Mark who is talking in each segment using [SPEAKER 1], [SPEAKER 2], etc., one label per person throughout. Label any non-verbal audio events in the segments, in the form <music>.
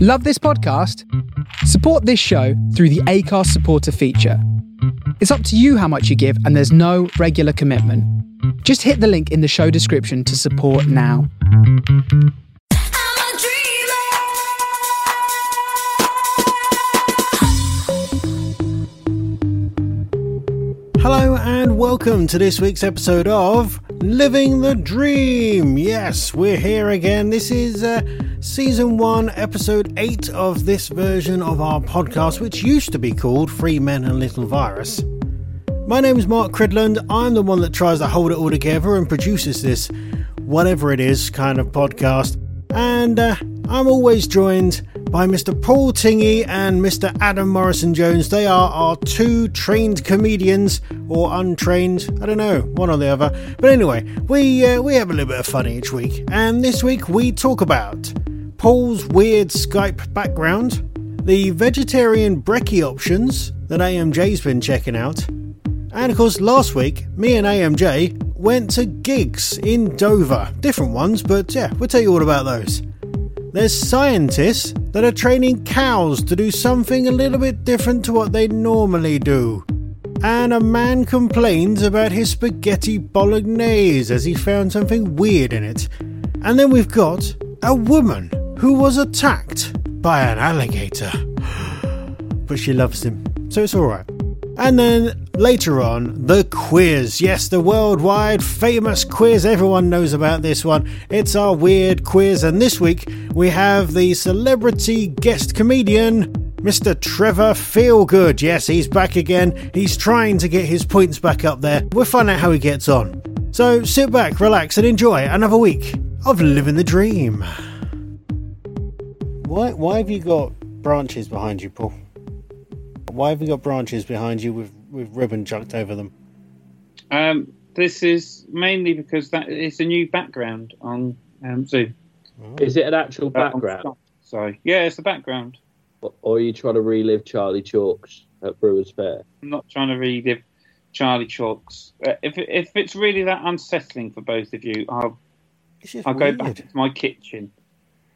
[SPEAKER 1] Love this podcast? Support this show through the ACARS supporter feature. It's up to you how much you give, and there's no regular commitment. Just hit the link in the show description to support now.
[SPEAKER 2] I'm a dreamer.
[SPEAKER 3] Hello and welcome to this week's episode of Living the Dream. Yes, we're here again. This is uh, season one, episode eight of this version of our podcast, which used to be called Free Men and Little Virus. My name is Mark Cridland. I'm the one that tries to hold it all together and produces this, whatever it is, kind of podcast. And uh, I'm always joined by Mr. Paul Tingy and Mr. Adam Morrison Jones. They are our two trained comedians, or untrained, I don't know, one or the other. But anyway, we uh, we have a little bit of fun each week, and this week we talk about Paul's weird Skype background, the vegetarian brekkie options that AMJ's been checking out. And of course, last week, me and AMJ went to gigs in Dover. Different ones, but yeah, we'll tell you all about those. There's scientists that are training cows to do something a little bit different to what they normally do. And a man complains about his spaghetti bolognese as he found something weird in it. And then we've got a woman who was attacked by an alligator <gasps> but she loves him, so it's alright. And then later on, the quiz. Yes, the worldwide famous quiz. Everyone knows about this one. It's our weird quiz, and this week we have the celebrity guest comedian, Mr. Trevor Feelgood. Yes, he's back again. He's trying to get his points back up there. We'll find out how he gets on. So sit back, relax, and enjoy another week of living the dream. Why, why have you got branches behind you, Paul? Why have you got branches behind you with, with ribbon chucked over them?
[SPEAKER 4] Um, this is mainly because that it's a new background on um, Zoom.
[SPEAKER 5] Is it an actual
[SPEAKER 4] Uh, on
[SPEAKER 5] background,
[SPEAKER 4] Skype, Sorry. Yeah, it's the background.
[SPEAKER 5] or are you trying to relive Charlie Chalks at Brewers Fair?
[SPEAKER 4] I'm not trying to relive Charlie Chalks. Uh, if if it's really that unsettling for both of you, I'll
[SPEAKER 3] It's just
[SPEAKER 4] I'll
[SPEAKER 3] weird.
[SPEAKER 4] go back to my kitchen. <laughs>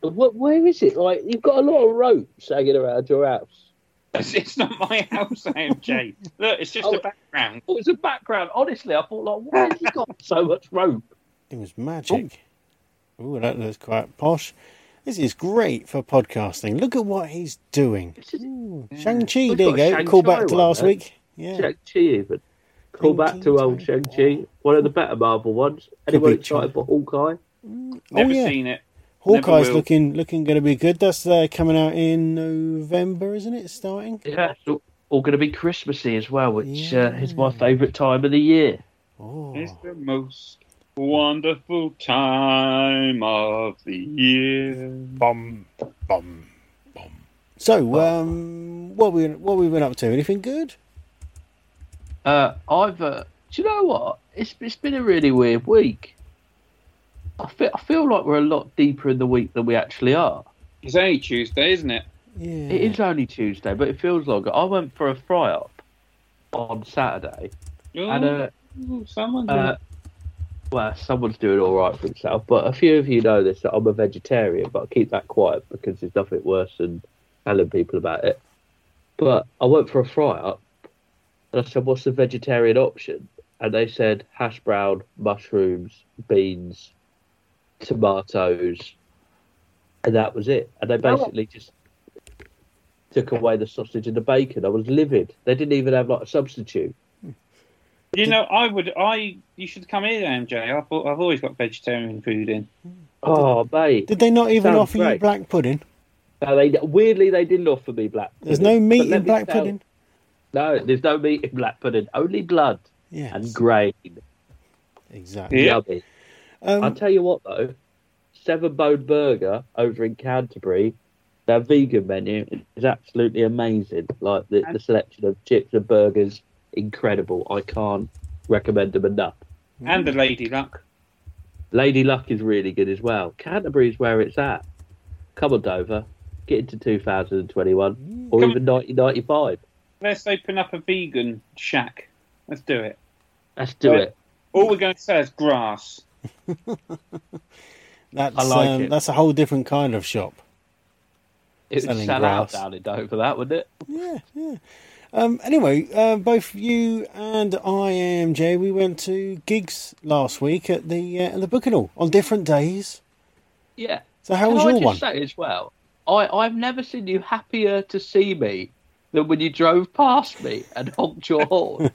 [SPEAKER 5] What, where is it? Like you've got a lot of ropes hanging around your house.
[SPEAKER 4] It's, it's not my house, AMJ. Look, it's just
[SPEAKER 5] Oh.
[SPEAKER 4] a background.
[SPEAKER 5] Oh, it's a background. Honestly, I thought like, why has he <laughs> got so much rope?
[SPEAKER 3] It was magic. Ooh, that looks quite posh. This is great for podcasting. Look at what he's doing.
[SPEAKER 5] This is-
[SPEAKER 3] Ooh, Shang-Chi,
[SPEAKER 5] We've
[SPEAKER 3] there you
[SPEAKER 5] got
[SPEAKER 3] go.
[SPEAKER 5] a Shang-Chi
[SPEAKER 3] Call back to
[SPEAKER 5] one,
[SPEAKER 3] last
[SPEAKER 5] eh?
[SPEAKER 3] week. Yeah.
[SPEAKER 5] Shang Chi even. Call back to old Shang Chi, one of the better Marvel ones. Anyone
[SPEAKER 3] be China.
[SPEAKER 5] excited for Hawkeye?
[SPEAKER 3] Oh,
[SPEAKER 4] Never
[SPEAKER 3] yeah.
[SPEAKER 4] seen it.
[SPEAKER 3] Hawkeye's
[SPEAKER 4] will.
[SPEAKER 3] looking looking going to be good. That's uh, coming out in November, isn't it? Starting?
[SPEAKER 5] Yeah, it's all, going to be Christmassy as well, which
[SPEAKER 3] Yeah.
[SPEAKER 5] uh, is my favourite time of the year.
[SPEAKER 3] Oh.
[SPEAKER 4] It's the most wonderful time of the year.
[SPEAKER 3] So, um, what we what we been up to? Anything good?
[SPEAKER 5] Uh, I've. Uh, do you know what? It's it's been a really weird week. I feel I feel like we're a lot deeper in the week than we actually are.
[SPEAKER 4] It's only Tuesday, isn't it?
[SPEAKER 3] Yeah.
[SPEAKER 5] It is only Tuesday, but it feels longer. I went for a fry up on Saturday,
[SPEAKER 4] Oh,
[SPEAKER 5] and uh,
[SPEAKER 4] someone.
[SPEAKER 5] uh, well, someone's doing all right for himself. But a few of you know this that I'm a vegetarian, but I keep that quiet because there's nothing worse than telling people about it. But I went for a fry up, and I said, "What's the vegetarian option?" And they said hash brown, mushrooms, beans, tomatoes, and that was it. And they basically just took away the sausage and the bacon. I was livid. They didn't even have like a substitute.
[SPEAKER 4] You know, I would. I you should come here, MJ. I've al- I've always got vegetarian food in.
[SPEAKER 5] Oh, mate.
[SPEAKER 3] Did they not even
[SPEAKER 5] Sounds
[SPEAKER 3] offer you
[SPEAKER 5] great.
[SPEAKER 3] black pudding?
[SPEAKER 5] No, they weirdly they didn't offer me black. Pudding.
[SPEAKER 3] There's no meat
[SPEAKER 5] But let
[SPEAKER 3] in
[SPEAKER 5] me
[SPEAKER 3] black
[SPEAKER 5] tell-
[SPEAKER 3] pudding.
[SPEAKER 5] No, there's no meat in black pudding. Only blood
[SPEAKER 3] Yeah.
[SPEAKER 5] and grain.
[SPEAKER 3] Exactly.
[SPEAKER 4] Yeah.
[SPEAKER 5] Yummy. I'll
[SPEAKER 3] Um,
[SPEAKER 5] tell you what though, Seven Bone Burger over in Canterbury, their vegan menu is absolutely amazing. Like the, the selection of chips and burgers, incredible. I can't recommend them enough.
[SPEAKER 4] And the
[SPEAKER 5] Mm.
[SPEAKER 4] Lady Luck.
[SPEAKER 5] Lady Luck is really good as well. Canterbury's where it's at. Come on, Dover. Get into
[SPEAKER 3] Mm.
[SPEAKER 5] 2021 or
[SPEAKER 4] Come
[SPEAKER 5] even 1995.
[SPEAKER 4] Let's open up a vegan shack. Let's do it.
[SPEAKER 5] Let's do
[SPEAKER 4] Right.
[SPEAKER 5] it.
[SPEAKER 4] All we're going to sell is grass.
[SPEAKER 3] that's
[SPEAKER 5] I like
[SPEAKER 3] um,
[SPEAKER 5] it.
[SPEAKER 3] that's a whole different kind of shop.
[SPEAKER 5] It would
[SPEAKER 2] Selling
[SPEAKER 5] sell
[SPEAKER 2] grouse.
[SPEAKER 5] out down in Dover, that wouldn't it?
[SPEAKER 3] Yeah, yeah. Um, anyway, uh, both you and I, MJ, we went to gigs last week at the uh, at the Booking Hall on different days.
[SPEAKER 5] Yeah.
[SPEAKER 3] So how
[SPEAKER 5] Can
[SPEAKER 3] was
[SPEAKER 5] Oh, I
[SPEAKER 3] your
[SPEAKER 5] just
[SPEAKER 3] one?
[SPEAKER 5] say as well, I, I've never seen you happier to see me than when you drove past me and honked your
[SPEAKER 3] <laughs>
[SPEAKER 5] horn.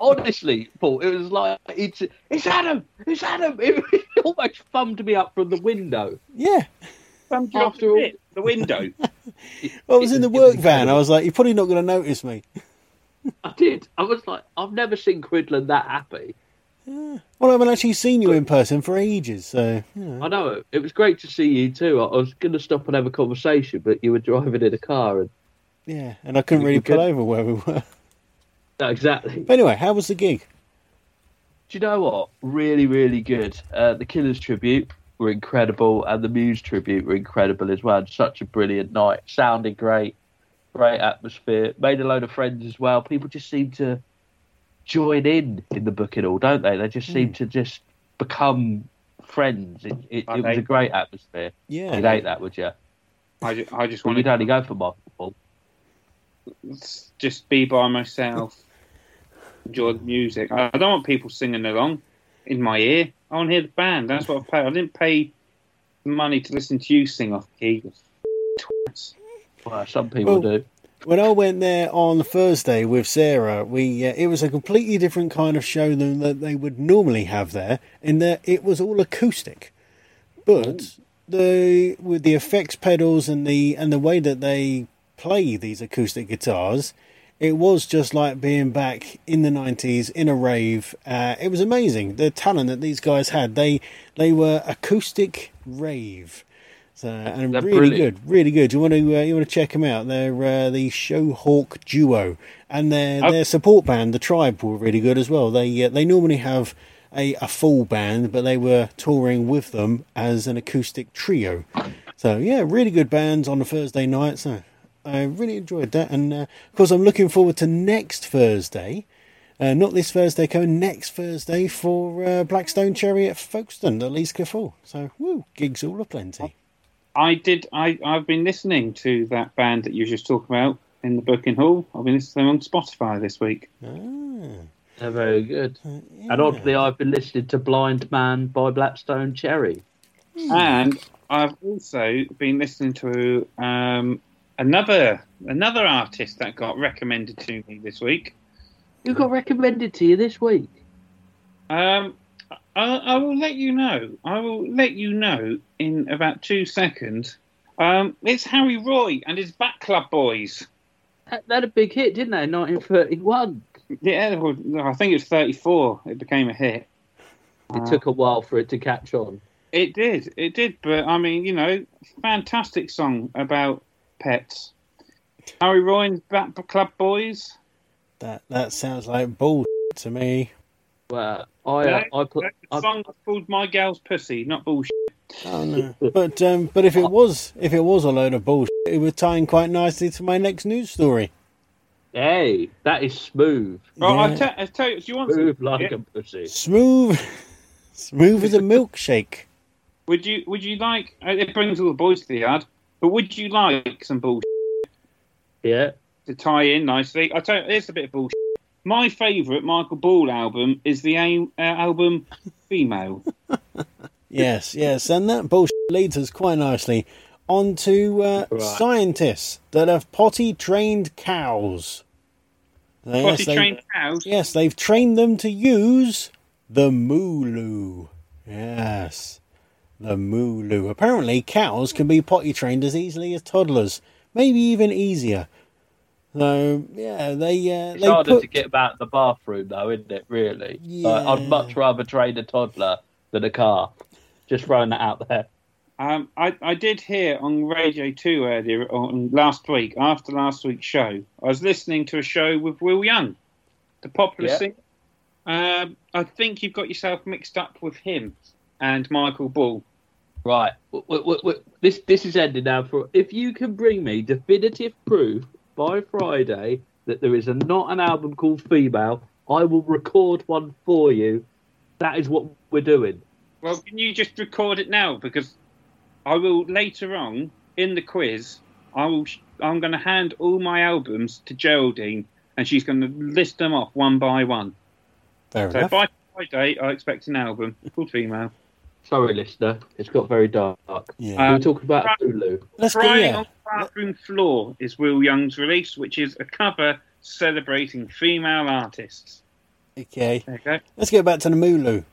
[SPEAKER 5] Honestly, Paul, it was like it's it's Adam, it's Adam. <laughs> It, almost thumbed me up from the window.
[SPEAKER 3] yeah.
[SPEAKER 4] Thumbed
[SPEAKER 5] After all-
[SPEAKER 4] the
[SPEAKER 5] <laughs>
[SPEAKER 4] window.
[SPEAKER 3] Well, I was
[SPEAKER 5] It
[SPEAKER 3] in the
[SPEAKER 5] was- it
[SPEAKER 3] work
[SPEAKER 5] was
[SPEAKER 3] van. I
[SPEAKER 5] incredible.
[SPEAKER 3] was like, you're probably not going to notice me.
[SPEAKER 5] I did. I was like, I've never seen Quidland that happy.
[SPEAKER 3] Well, I haven't actually seen you in person for ages, so you know.
[SPEAKER 5] I know it, it was great to see you too. I, I was going to stop and have a conversation, but you were driving in a car, and
[SPEAKER 3] yeah. And I couldn't
[SPEAKER 5] You
[SPEAKER 3] really
[SPEAKER 5] could-
[SPEAKER 3] pull over where we were. <laughs>
[SPEAKER 5] no, exactly.
[SPEAKER 3] But anyway, how was the gig?
[SPEAKER 5] do you know what? Really, really good. Uh, the Killers tribute were incredible, and the Muse tribute were incredible as well. Such a brilliant night. Sounded great, great atmosphere. Made a load of friends as well. People just seem to join in in the booking all, don't they? They just seem
[SPEAKER 3] Hmm.
[SPEAKER 5] to just become friends. It, it,
[SPEAKER 4] I
[SPEAKER 5] it was
[SPEAKER 4] hate-
[SPEAKER 5] a great atmosphere.
[SPEAKER 3] Yeah.
[SPEAKER 5] You'd hate that, would you?
[SPEAKER 4] I just, I just
[SPEAKER 5] Well,
[SPEAKER 4] want
[SPEAKER 5] you'd
[SPEAKER 4] to
[SPEAKER 5] only go for Michael.
[SPEAKER 4] just be by myself, enjoy the music. I I don't want people singing along in my ear. I want to hear the band. That's what I paid. I didn't pay money to listen to you sing off key. you Twats.
[SPEAKER 5] Well, some people
[SPEAKER 3] Well,
[SPEAKER 5] do.
[SPEAKER 3] When I went there on Thursday with Sarah, we uh, it was a completely different kind of show than that they would normally have there, in that it was all acoustic. But the with the effects pedals and the and the way that they play these acoustic guitars, it was just like being back in the nineties in a rave. Uh, it was amazing the talent that these guys had. They they were acoustic rave. So, and
[SPEAKER 5] They're
[SPEAKER 3] really
[SPEAKER 5] brilliant.
[SPEAKER 3] good, really good. You want to uh, you want to check them out. They're uh, the Showhawk duo, and their
[SPEAKER 4] Oh.
[SPEAKER 3] their support band, the Tribe, were really good as well. They uh, they normally have a, a full band, but they were touring with them as an acoustic trio. So yeah, really good bands on a Thursday night. So I really enjoyed that, and uh, of course I'm looking forward to next Thursday. Uh, not this Thursday, coming next Thursday for uh, Blackstone Cherry at Folkestone, the Lees Cafall. So, woo, gigs all aplenty.
[SPEAKER 4] I did. I I've been listening to that band that you were just talking about in the booking hall. I've been listening to them on Spotify this week.
[SPEAKER 3] Ah.
[SPEAKER 5] They're very good.
[SPEAKER 3] uh,
[SPEAKER 5] And oddly, I've been listening to Blind Man by Blackstone Cherry.
[SPEAKER 4] And I've also been listening to um, another another artist that got recommended to me this week.
[SPEAKER 5] Who got recommended to you this week?
[SPEAKER 4] Um, I, I will let you know. I will let you know in about two seconds. Um, it's Harry Roy and his Bat Club Boys.
[SPEAKER 5] That, that a big hit, didn't they? 1931.
[SPEAKER 4] Yeah, well, I think it was 34. It became a hit.
[SPEAKER 3] Uh-huh.
[SPEAKER 5] It took a while for it to catch on.
[SPEAKER 4] It did. It did. But I mean, you know, fantastic song about pets. Harry Roy and Bat Club Boys.
[SPEAKER 3] That that sounds like bull to me.
[SPEAKER 5] Well, I, uh, I, pl-
[SPEAKER 4] The
[SPEAKER 5] I,
[SPEAKER 4] song was called "My Girl's Pussy," not bullshit.
[SPEAKER 3] Oh no. But um, but if it was if it was a load of bull, it would tie in quite nicely to my next news story.
[SPEAKER 5] hey, that is smooth.
[SPEAKER 4] Well, I'll,
[SPEAKER 3] Yeah.
[SPEAKER 4] te- I'll tell you. Do you want
[SPEAKER 5] Smooth
[SPEAKER 4] some-
[SPEAKER 5] like
[SPEAKER 4] yeah.
[SPEAKER 5] a pussy.
[SPEAKER 3] Smooth, <laughs> smooth as a milkshake.
[SPEAKER 4] Would you? Would you like? uh, It brings all the boys to the yard. But would you like some bullshit
[SPEAKER 5] Yeah.
[SPEAKER 4] to tie in nicely? I tell you, it's a bit of bullshit. My favourite Michael Ball album is the a- uh, album
[SPEAKER 5] <laughs>
[SPEAKER 4] "Female."
[SPEAKER 3] Yes, yes, and that bullshit leads us quite nicely onto uh,
[SPEAKER 5] Right.
[SPEAKER 3] scientists that have potty trained cows. Now, yes,
[SPEAKER 4] Potty
[SPEAKER 3] they-
[SPEAKER 4] trained cows.
[SPEAKER 3] Yes, they've trained them to use the mooloo. Yes, the mooloo. Apparently, cows can be potty trained as easily as toddlers, maybe even easier. So yeah, they uh,
[SPEAKER 5] It's
[SPEAKER 3] they
[SPEAKER 5] harder
[SPEAKER 3] put
[SPEAKER 5] to get about the bathroom, though, isn't it, really? Like,
[SPEAKER 3] Yeah.
[SPEAKER 5] I'd much rather train a toddler than a car. Just throwing that out there.
[SPEAKER 4] Um, I, I did hear on Radio 2 earlier, on last week, after last week's show, I was listening to a show with Will Young, the popular
[SPEAKER 5] Yeah.
[SPEAKER 4] singer. Um, I think you've got yourself mixed up with him and Michael Ball.
[SPEAKER 5] Right. W- w- w- w- This this is ended now. For if you can bring me definitive proof by Friday that there is a, not an album called Female, I will record one for you. That is what we're doing.
[SPEAKER 4] Well, can you just record it now? Because I will later on in the quiz, I will. sh- I'm going to hand all my albums to Geraldine, and she's going to list them off one by one.
[SPEAKER 3] Fair
[SPEAKER 4] So
[SPEAKER 3] enough.
[SPEAKER 4] by Friday, I expect an album called Female.
[SPEAKER 5] Sorry, listener, it's got very dark.
[SPEAKER 3] yeah.
[SPEAKER 4] Uh,
[SPEAKER 5] We're talking about Lulu.
[SPEAKER 3] Let's do
[SPEAKER 4] Crying
[SPEAKER 3] yeah.
[SPEAKER 4] on the Bathroom Floor is Will Young's release, which is a cover celebrating female artists.
[SPEAKER 3] Okay.
[SPEAKER 4] There you go.
[SPEAKER 3] Let's get back to the Mulu.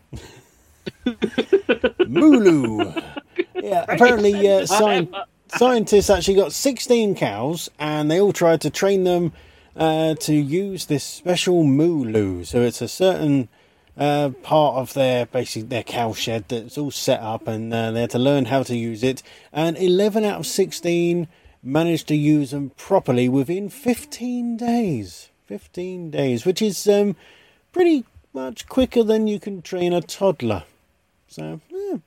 [SPEAKER 3] Mulu. Yeah. Apparently, uh, sci- scientists actually got 16 cows, and they all tried to train them uh, to use this special Mulu. So it's a certain uh, part of their basically their cow shed that's all set up, and uh, they had to learn how to use it. And 11 out of 16 managed to use them properly within 15 days. 15 days, which is um, pretty much quicker than you can train a toddler. So, yeah.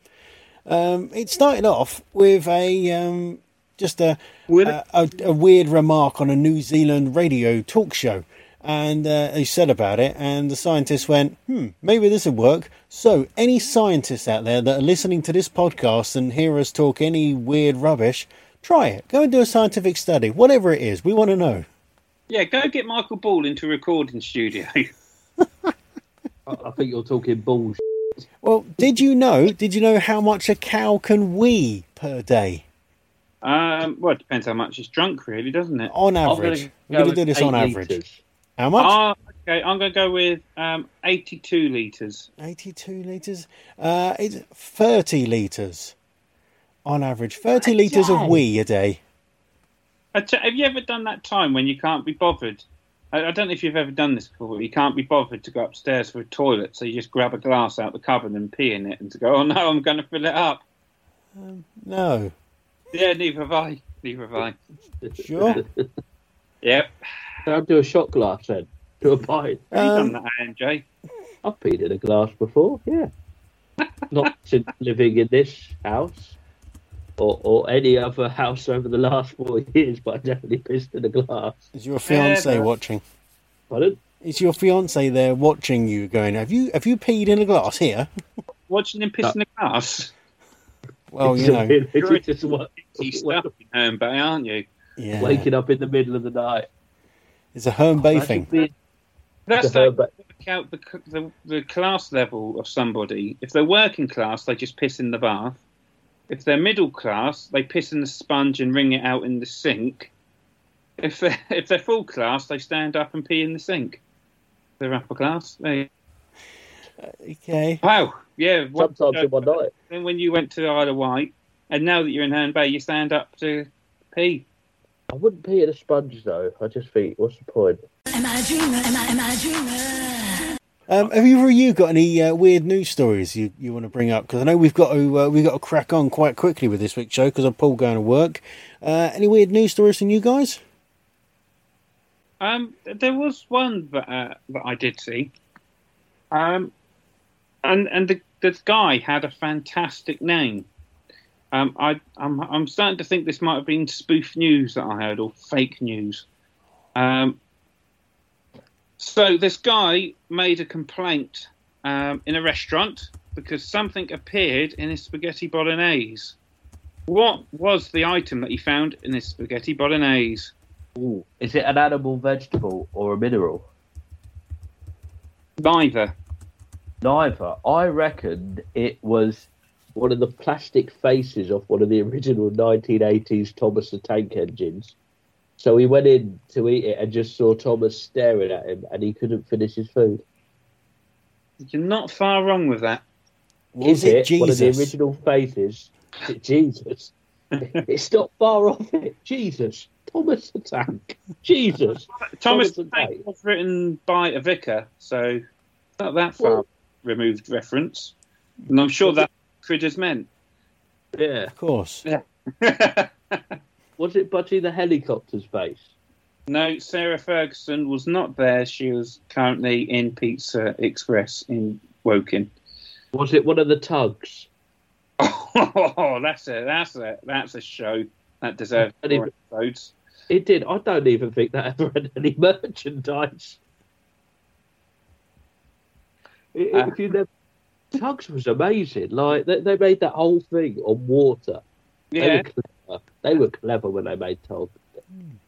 [SPEAKER 3] Um, it started off with a um, just a,
[SPEAKER 4] Will
[SPEAKER 3] a, a a weird remark on a New Zealand radio talk show, and uh, they said about it, and the scientists went, "Hmm, maybe this would work." So, any scientists out there that are listening to this podcast and hear us talk any weird rubbish, try it. Go and do a scientific study, whatever it is. We want to know.
[SPEAKER 4] Yeah, go get Michael Ball into a recording studio. <laughs>
[SPEAKER 5] I, I think you're talking bullshit.
[SPEAKER 3] Well, did you know? Did you know how much a cow can wee per day
[SPEAKER 4] um, well, it depends how much it's drunk, really, doesn't it?
[SPEAKER 3] on
[SPEAKER 5] I'm
[SPEAKER 3] average? We're
[SPEAKER 5] gonna
[SPEAKER 3] going
[SPEAKER 5] go
[SPEAKER 3] to do
[SPEAKER 5] with
[SPEAKER 3] this on
[SPEAKER 5] eight Oh,
[SPEAKER 3] average.
[SPEAKER 5] litres.
[SPEAKER 3] How much?
[SPEAKER 4] Ah, okay, I'm going to go with um, 82 litres.
[SPEAKER 3] 82 litres. Uh, it's 30 litres on average. 30 litres of wee a day.
[SPEAKER 4] I Uh, t- Have you ever done that time when you can't be bothered? I, I don't know if you've ever done this before. But you can't be bothered to go upstairs for a toilet, so you just grab a glass out the cupboard and pee in it, and to go, oh no, I'm going to fill it up.
[SPEAKER 3] No.
[SPEAKER 4] Yeah, neither have I. Neither have I.
[SPEAKER 5] <laughs>
[SPEAKER 3] Sure.
[SPEAKER 4] Yep.
[SPEAKER 5] Can I do a shot glass then? Do a pint?
[SPEAKER 4] Have you
[SPEAKER 3] Um,
[SPEAKER 4] done that, AMJ?
[SPEAKER 5] I've peed in a glass before, <laughs> yeah. Not since living in this house or, or any other house over the last four years, but I definitely pissed in a glass.
[SPEAKER 3] Is your fiance
[SPEAKER 4] Yeah.
[SPEAKER 3] watching?
[SPEAKER 5] Pardon?
[SPEAKER 3] Is your fiance there watching you going, have you have you peed in a glass here?
[SPEAKER 4] Watching him piss in the glass.
[SPEAKER 3] Well, Oh, you know.
[SPEAKER 5] <laughs> It's just wa-
[SPEAKER 4] You stuff in Herne Bay, aren't you?
[SPEAKER 3] Yeah.
[SPEAKER 5] waking up in the middle of the night.
[SPEAKER 3] It's a home bay thing.
[SPEAKER 5] Imagine
[SPEAKER 4] That's
[SPEAKER 5] To her,
[SPEAKER 4] like
[SPEAKER 5] but-
[SPEAKER 4] work out the, c- the the class level of somebody. If they're working class, they just piss in the bath. If they're middle class, they piss in the sponge and wring it out in the sink. If they're <laughs> if they're full class, they stand up and pee in the sink. They're upper class. They,
[SPEAKER 3] Okay.
[SPEAKER 4] wow, yeah. what-
[SPEAKER 5] being sometimes in one night.
[SPEAKER 4] Then when you went to Isle of Wight, and now that you're in Herne Bay, you stand up to pee.
[SPEAKER 5] I wouldn't pee in a sponge though. I just think, what's the point?
[SPEAKER 2] Am I a dreamer? Am I, am I a dreamer?
[SPEAKER 3] Um, have either of you got any uh, weird news stories you, you want to bring up? Because I know we've got to uh, we've got to crack on quite quickly with this week's show because I'm Paul going to work. Uh, any weird news stories from you guys?
[SPEAKER 4] Um, there was one that uh, that I did see. Um, and and the the guy had a fantastic name. Um, I I'm I'm starting to think this might have been spoof news that I heard or fake news. Um, so this guy made a complaint um, in a restaurant because something appeared in his spaghetti bolognese. What was the item that he found in his spaghetti bolognese?
[SPEAKER 5] Is it an animal, vegetable, or a mineral?
[SPEAKER 4] Neither.
[SPEAKER 5] Neither. I reckon it was one of the plastic faces of one of the original 1980s Thomas the Tank engines. So he went in to eat it and just saw Thomas staring at him and he couldn't finish his food.
[SPEAKER 4] You're not far wrong with that.
[SPEAKER 3] Was
[SPEAKER 5] Is
[SPEAKER 3] it
[SPEAKER 5] one of the
[SPEAKER 3] Jesus?
[SPEAKER 5] original faces? <laughs> Is
[SPEAKER 3] <laughs>
[SPEAKER 5] it Jesus. it's not far off it. Jesus. Thomas the Tank. Jesus.
[SPEAKER 4] Thomas
[SPEAKER 5] Thomas and
[SPEAKER 4] Tank
[SPEAKER 5] Tank.
[SPEAKER 4] was written by a vicar, so not that far
[SPEAKER 5] Well-
[SPEAKER 4] removed reference. And I'm sure that critters meant.
[SPEAKER 5] Yeah.
[SPEAKER 3] Of course.
[SPEAKER 5] Was it Budgie the helicopter's face?
[SPEAKER 4] no, Sarah Ferguson was not there. She was currently in Pizza Express in Woking.
[SPEAKER 5] Was it one of the tugs?
[SPEAKER 4] Oh, that's a that's a that's a show that deserves
[SPEAKER 5] I didn't-
[SPEAKER 4] more episodes.
[SPEAKER 5] It did. I don't even think that ever had any <laughs> merchandise. I- i- If you never, Tugs was amazing. Like they, they made that whole thing on water. They
[SPEAKER 4] Yeah,
[SPEAKER 5] were clever. They were clever when they made Tog.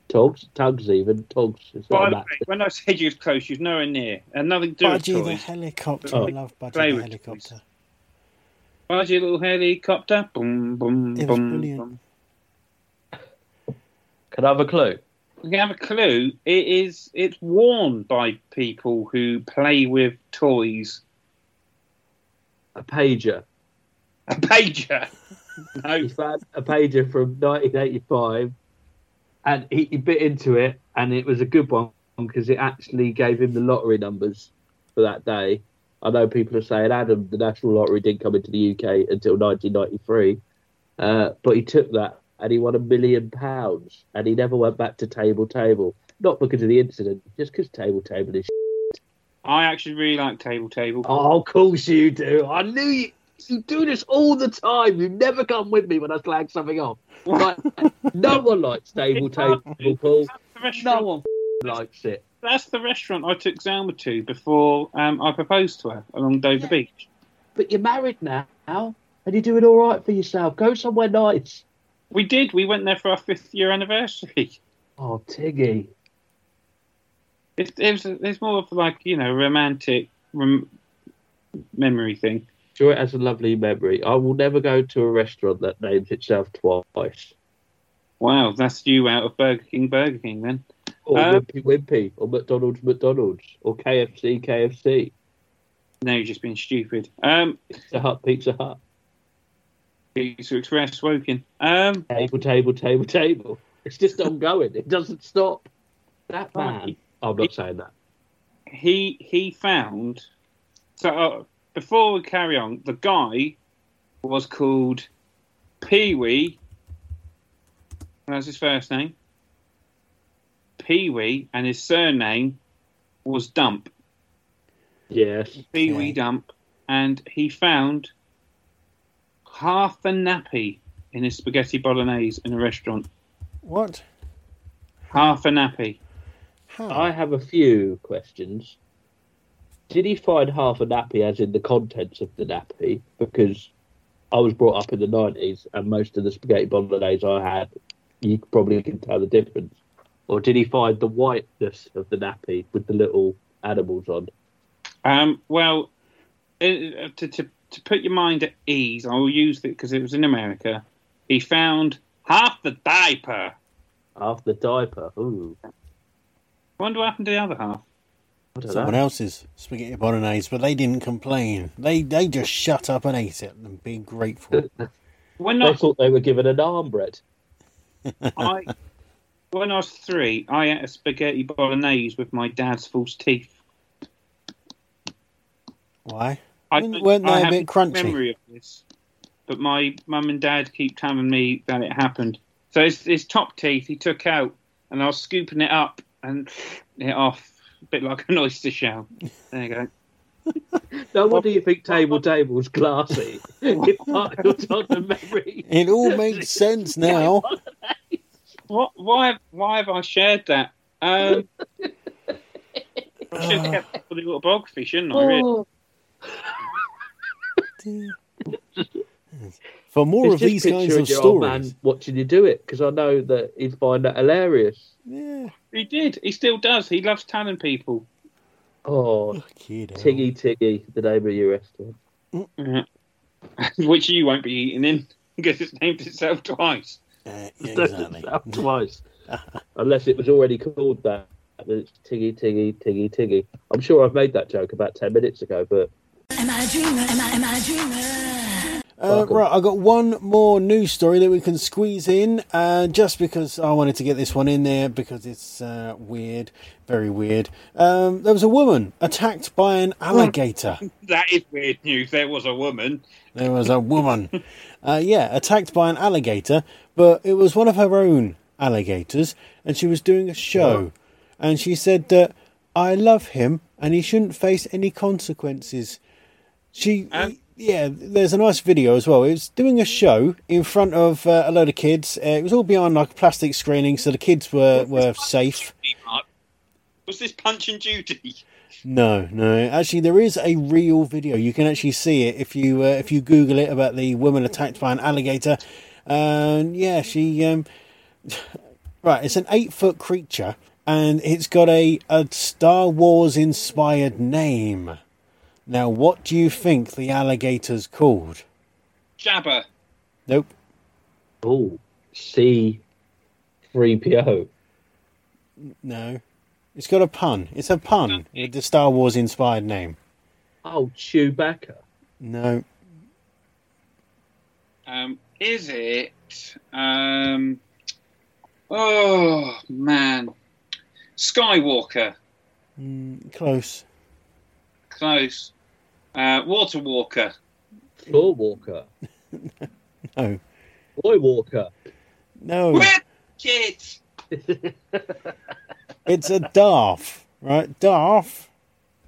[SPEAKER 5] Togs, Tugs even. Togs. It's
[SPEAKER 4] By
[SPEAKER 5] not a
[SPEAKER 4] the way,
[SPEAKER 5] match.
[SPEAKER 4] when I said you was close, you was nowhere near. And nothing to do with
[SPEAKER 3] Budgie the
[SPEAKER 4] toys.
[SPEAKER 3] helicopter.
[SPEAKER 5] Oh.
[SPEAKER 3] I love Budgie
[SPEAKER 4] Play
[SPEAKER 3] the
[SPEAKER 4] with
[SPEAKER 3] helicopter.
[SPEAKER 4] toys. Budgie little helicopter. Boom, boom,
[SPEAKER 3] It was
[SPEAKER 4] boom,
[SPEAKER 3] brilliant.
[SPEAKER 4] boom.
[SPEAKER 6] Could I have a clue?
[SPEAKER 4] You can have a clue. It is. It's worn by people who play with toys.
[SPEAKER 5] A pager.
[SPEAKER 4] A pager. no,
[SPEAKER 5] He found a pager from 1985, and he, he bit into it, and it was a good one because it actually gave him the lottery numbers for that day. I know people are saying, Adam, the national lottery didn't come into the UK until 1993, uh, but he took that and he won a million pounds, and he never went back to table table. Not because of the incident, just because table table is. Shit.
[SPEAKER 4] I actually really like Table Table.
[SPEAKER 5] Oh, of course you do. I knew you. You do this all the time. You never come with me when I slag something off. Like, no one likes table table Paul.
[SPEAKER 4] The restaurant-
[SPEAKER 5] Oh, No one likes it.
[SPEAKER 4] That's the restaurant I took Zelma to before um, I proposed to her along Dover Beach.
[SPEAKER 5] But you're married now, and you're doing all right for yourself. Go somewhere nice.
[SPEAKER 4] We did. We went there for our fifth year anniversary. <laughs>
[SPEAKER 5] Oh, Tiggy.
[SPEAKER 4] It, it was. It's more of like you know romantic rem- memory thing.
[SPEAKER 5] Sure, it has a lovely memory. I will never go to a restaurant that names itself twice.
[SPEAKER 4] Wow, that's you out of Burger King. Burger King then.
[SPEAKER 5] Or
[SPEAKER 4] Um,
[SPEAKER 5] Wimpy Wimpy, or McDonald's McDonald's, or KFC KFC,
[SPEAKER 4] No, you've just been stupid. Um,
[SPEAKER 5] Pizza Hut Pizza Hut,
[SPEAKER 4] Pizza Express, Woking. Um,
[SPEAKER 5] table table table table. It's <laughs> just ongoing. It doesn't stop. That man. I'm not saying that.
[SPEAKER 4] he he found. So uh, before we carry on, the guy was called Pee Wee. That's his first name. Pee Wee, and his surname was Dump.
[SPEAKER 5] Yes.
[SPEAKER 4] Pee
[SPEAKER 3] Okay.
[SPEAKER 4] Wee Dump, and he found half a nappy in his spaghetti bolognese in a restaurant.
[SPEAKER 3] What?
[SPEAKER 4] Half a nappy.
[SPEAKER 3] How?
[SPEAKER 5] I have a few questions. Did he find half a nappy, as in the contents of the nappy? Because I was brought up in the 90s, and most of the spaghetti bolognese I had, you probably can tell the difference. Or did he find the whiteness of the nappy with the little animals on?
[SPEAKER 4] Um, well, it, to, to to put your mind at ease, I will use it because it was in America. He found half the diaper.
[SPEAKER 5] Half the diaper. Ooh.
[SPEAKER 4] I wonder what happened to the other half.
[SPEAKER 5] I don't
[SPEAKER 3] Someone
[SPEAKER 5] know.
[SPEAKER 3] else's spaghetti bolognese, but they didn't complain. They they just shut up and ate it and be
[SPEAKER 5] <laughs>
[SPEAKER 3] grateful.
[SPEAKER 4] When I,
[SPEAKER 5] They thought they were given an armret.
[SPEAKER 4] I when I was three, I ate a spaghetti bolognese with my dad's false teeth.
[SPEAKER 3] Why?
[SPEAKER 4] I
[SPEAKER 3] Weren't-
[SPEAKER 4] don't-
[SPEAKER 3] weren't they
[SPEAKER 4] I
[SPEAKER 3] a
[SPEAKER 4] have
[SPEAKER 3] bit
[SPEAKER 4] no
[SPEAKER 3] crunchy?
[SPEAKER 4] Memory of this, but my mum and dad keep telling me that it happened. So his, his top teeth he took out, and I was scooping it up and it off, a bit like an <laughs> oyster shell. There you go.
[SPEAKER 5] No wonder you think table table's <laughs> glassy. It part your childhood memory.
[SPEAKER 3] It all
[SPEAKER 5] <laughs>
[SPEAKER 3] makes sense now.
[SPEAKER 4] What? Why? Why have I shared that? Um, I should have kept it for the autobiography, shouldn't I?
[SPEAKER 5] Oh.
[SPEAKER 4] Really?
[SPEAKER 3] <laughs> For more of
[SPEAKER 5] It's just
[SPEAKER 3] these kinds
[SPEAKER 5] picturing
[SPEAKER 3] of
[SPEAKER 5] your old
[SPEAKER 3] stories.
[SPEAKER 5] man watching you do it because I know that he'd find that hilarious.
[SPEAKER 3] Yeah.
[SPEAKER 4] He did. He still does. He loves telling people. <laughs>
[SPEAKER 3] <laughs>
[SPEAKER 5] Oh,
[SPEAKER 3] Kid.
[SPEAKER 5] Tiggy Tiggy, the name of your restaurant.
[SPEAKER 4] Which you won't be eating in <laughs> because it's named itself twice.
[SPEAKER 5] <laughs>
[SPEAKER 3] Uh, yeah, exactly.
[SPEAKER 5] Up
[SPEAKER 3] <laughs>
[SPEAKER 5] twice. Unless it was already called that. and It's Tiggy Tiggy Tiggy Tiggy. I'm sure I've made that joke about 10 minutes ago, but
[SPEAKER 2] Am I a dreamer? Am I, am I a dreamer?
[SPEAKER 3] Uh, right, I've got one more news story that we can squeeze in, uh, just because I wanted to get this one in there because it's uh, weird, very weird. Um, there was a woman attacked by an alligator.
[SPEAKER 4] That is weird news. There was a woman.
[SPEAKER 3] There was a woman, uh, yeah, attacked by an alligator, but it was one of her own alligators, and she was doing a show, and she said that I love him and he shouldn't face any consequences. She, yeah, there's a nice video as well. It was doing a show in front of uh, a load of kids. Uh, it was all behind like plastic screening, so the kids were were safe.
[SPEAKER 4] Was this Punch and Judy? <laughs>
[SPEAKER 3] No, no. Actually, there is a real video. You can actually see it if you uh, if you Google it about the woman attacked by an alligator, And yeah, she um, <sighs> right. It's an eight foot creature, and it's got a a Star Wars inspired name. Now, what do you think the alligator's called?
[SPEAKER 4] Jabba.
[SPEAKER 3] Nope.
[SPEAKER 5] Oh, C, three PO.
[SPEAKER 3] No. It's got a pun. It's a pun with the Star Wars inspired name.
[SPEAKER 5] Oh, Chewbacca.
[SPEAKER 3] No.
[SPEAKER 4] Um, is it? Um, oh man, Skywalker.
[SPEAKER 3] Mm, close.
[SPEAKER 4] Close. Uh, Water Walker.
[SPEAKER 5] Floor Walker.
[SPEAKER 3] <laughs> No.
[SPEAKER 5] Boy Walker.
[SPEAKER 3] No.
[SPEAKER 4] Wicked.
[SPEAKER 3] It's a Darf, right? Darf.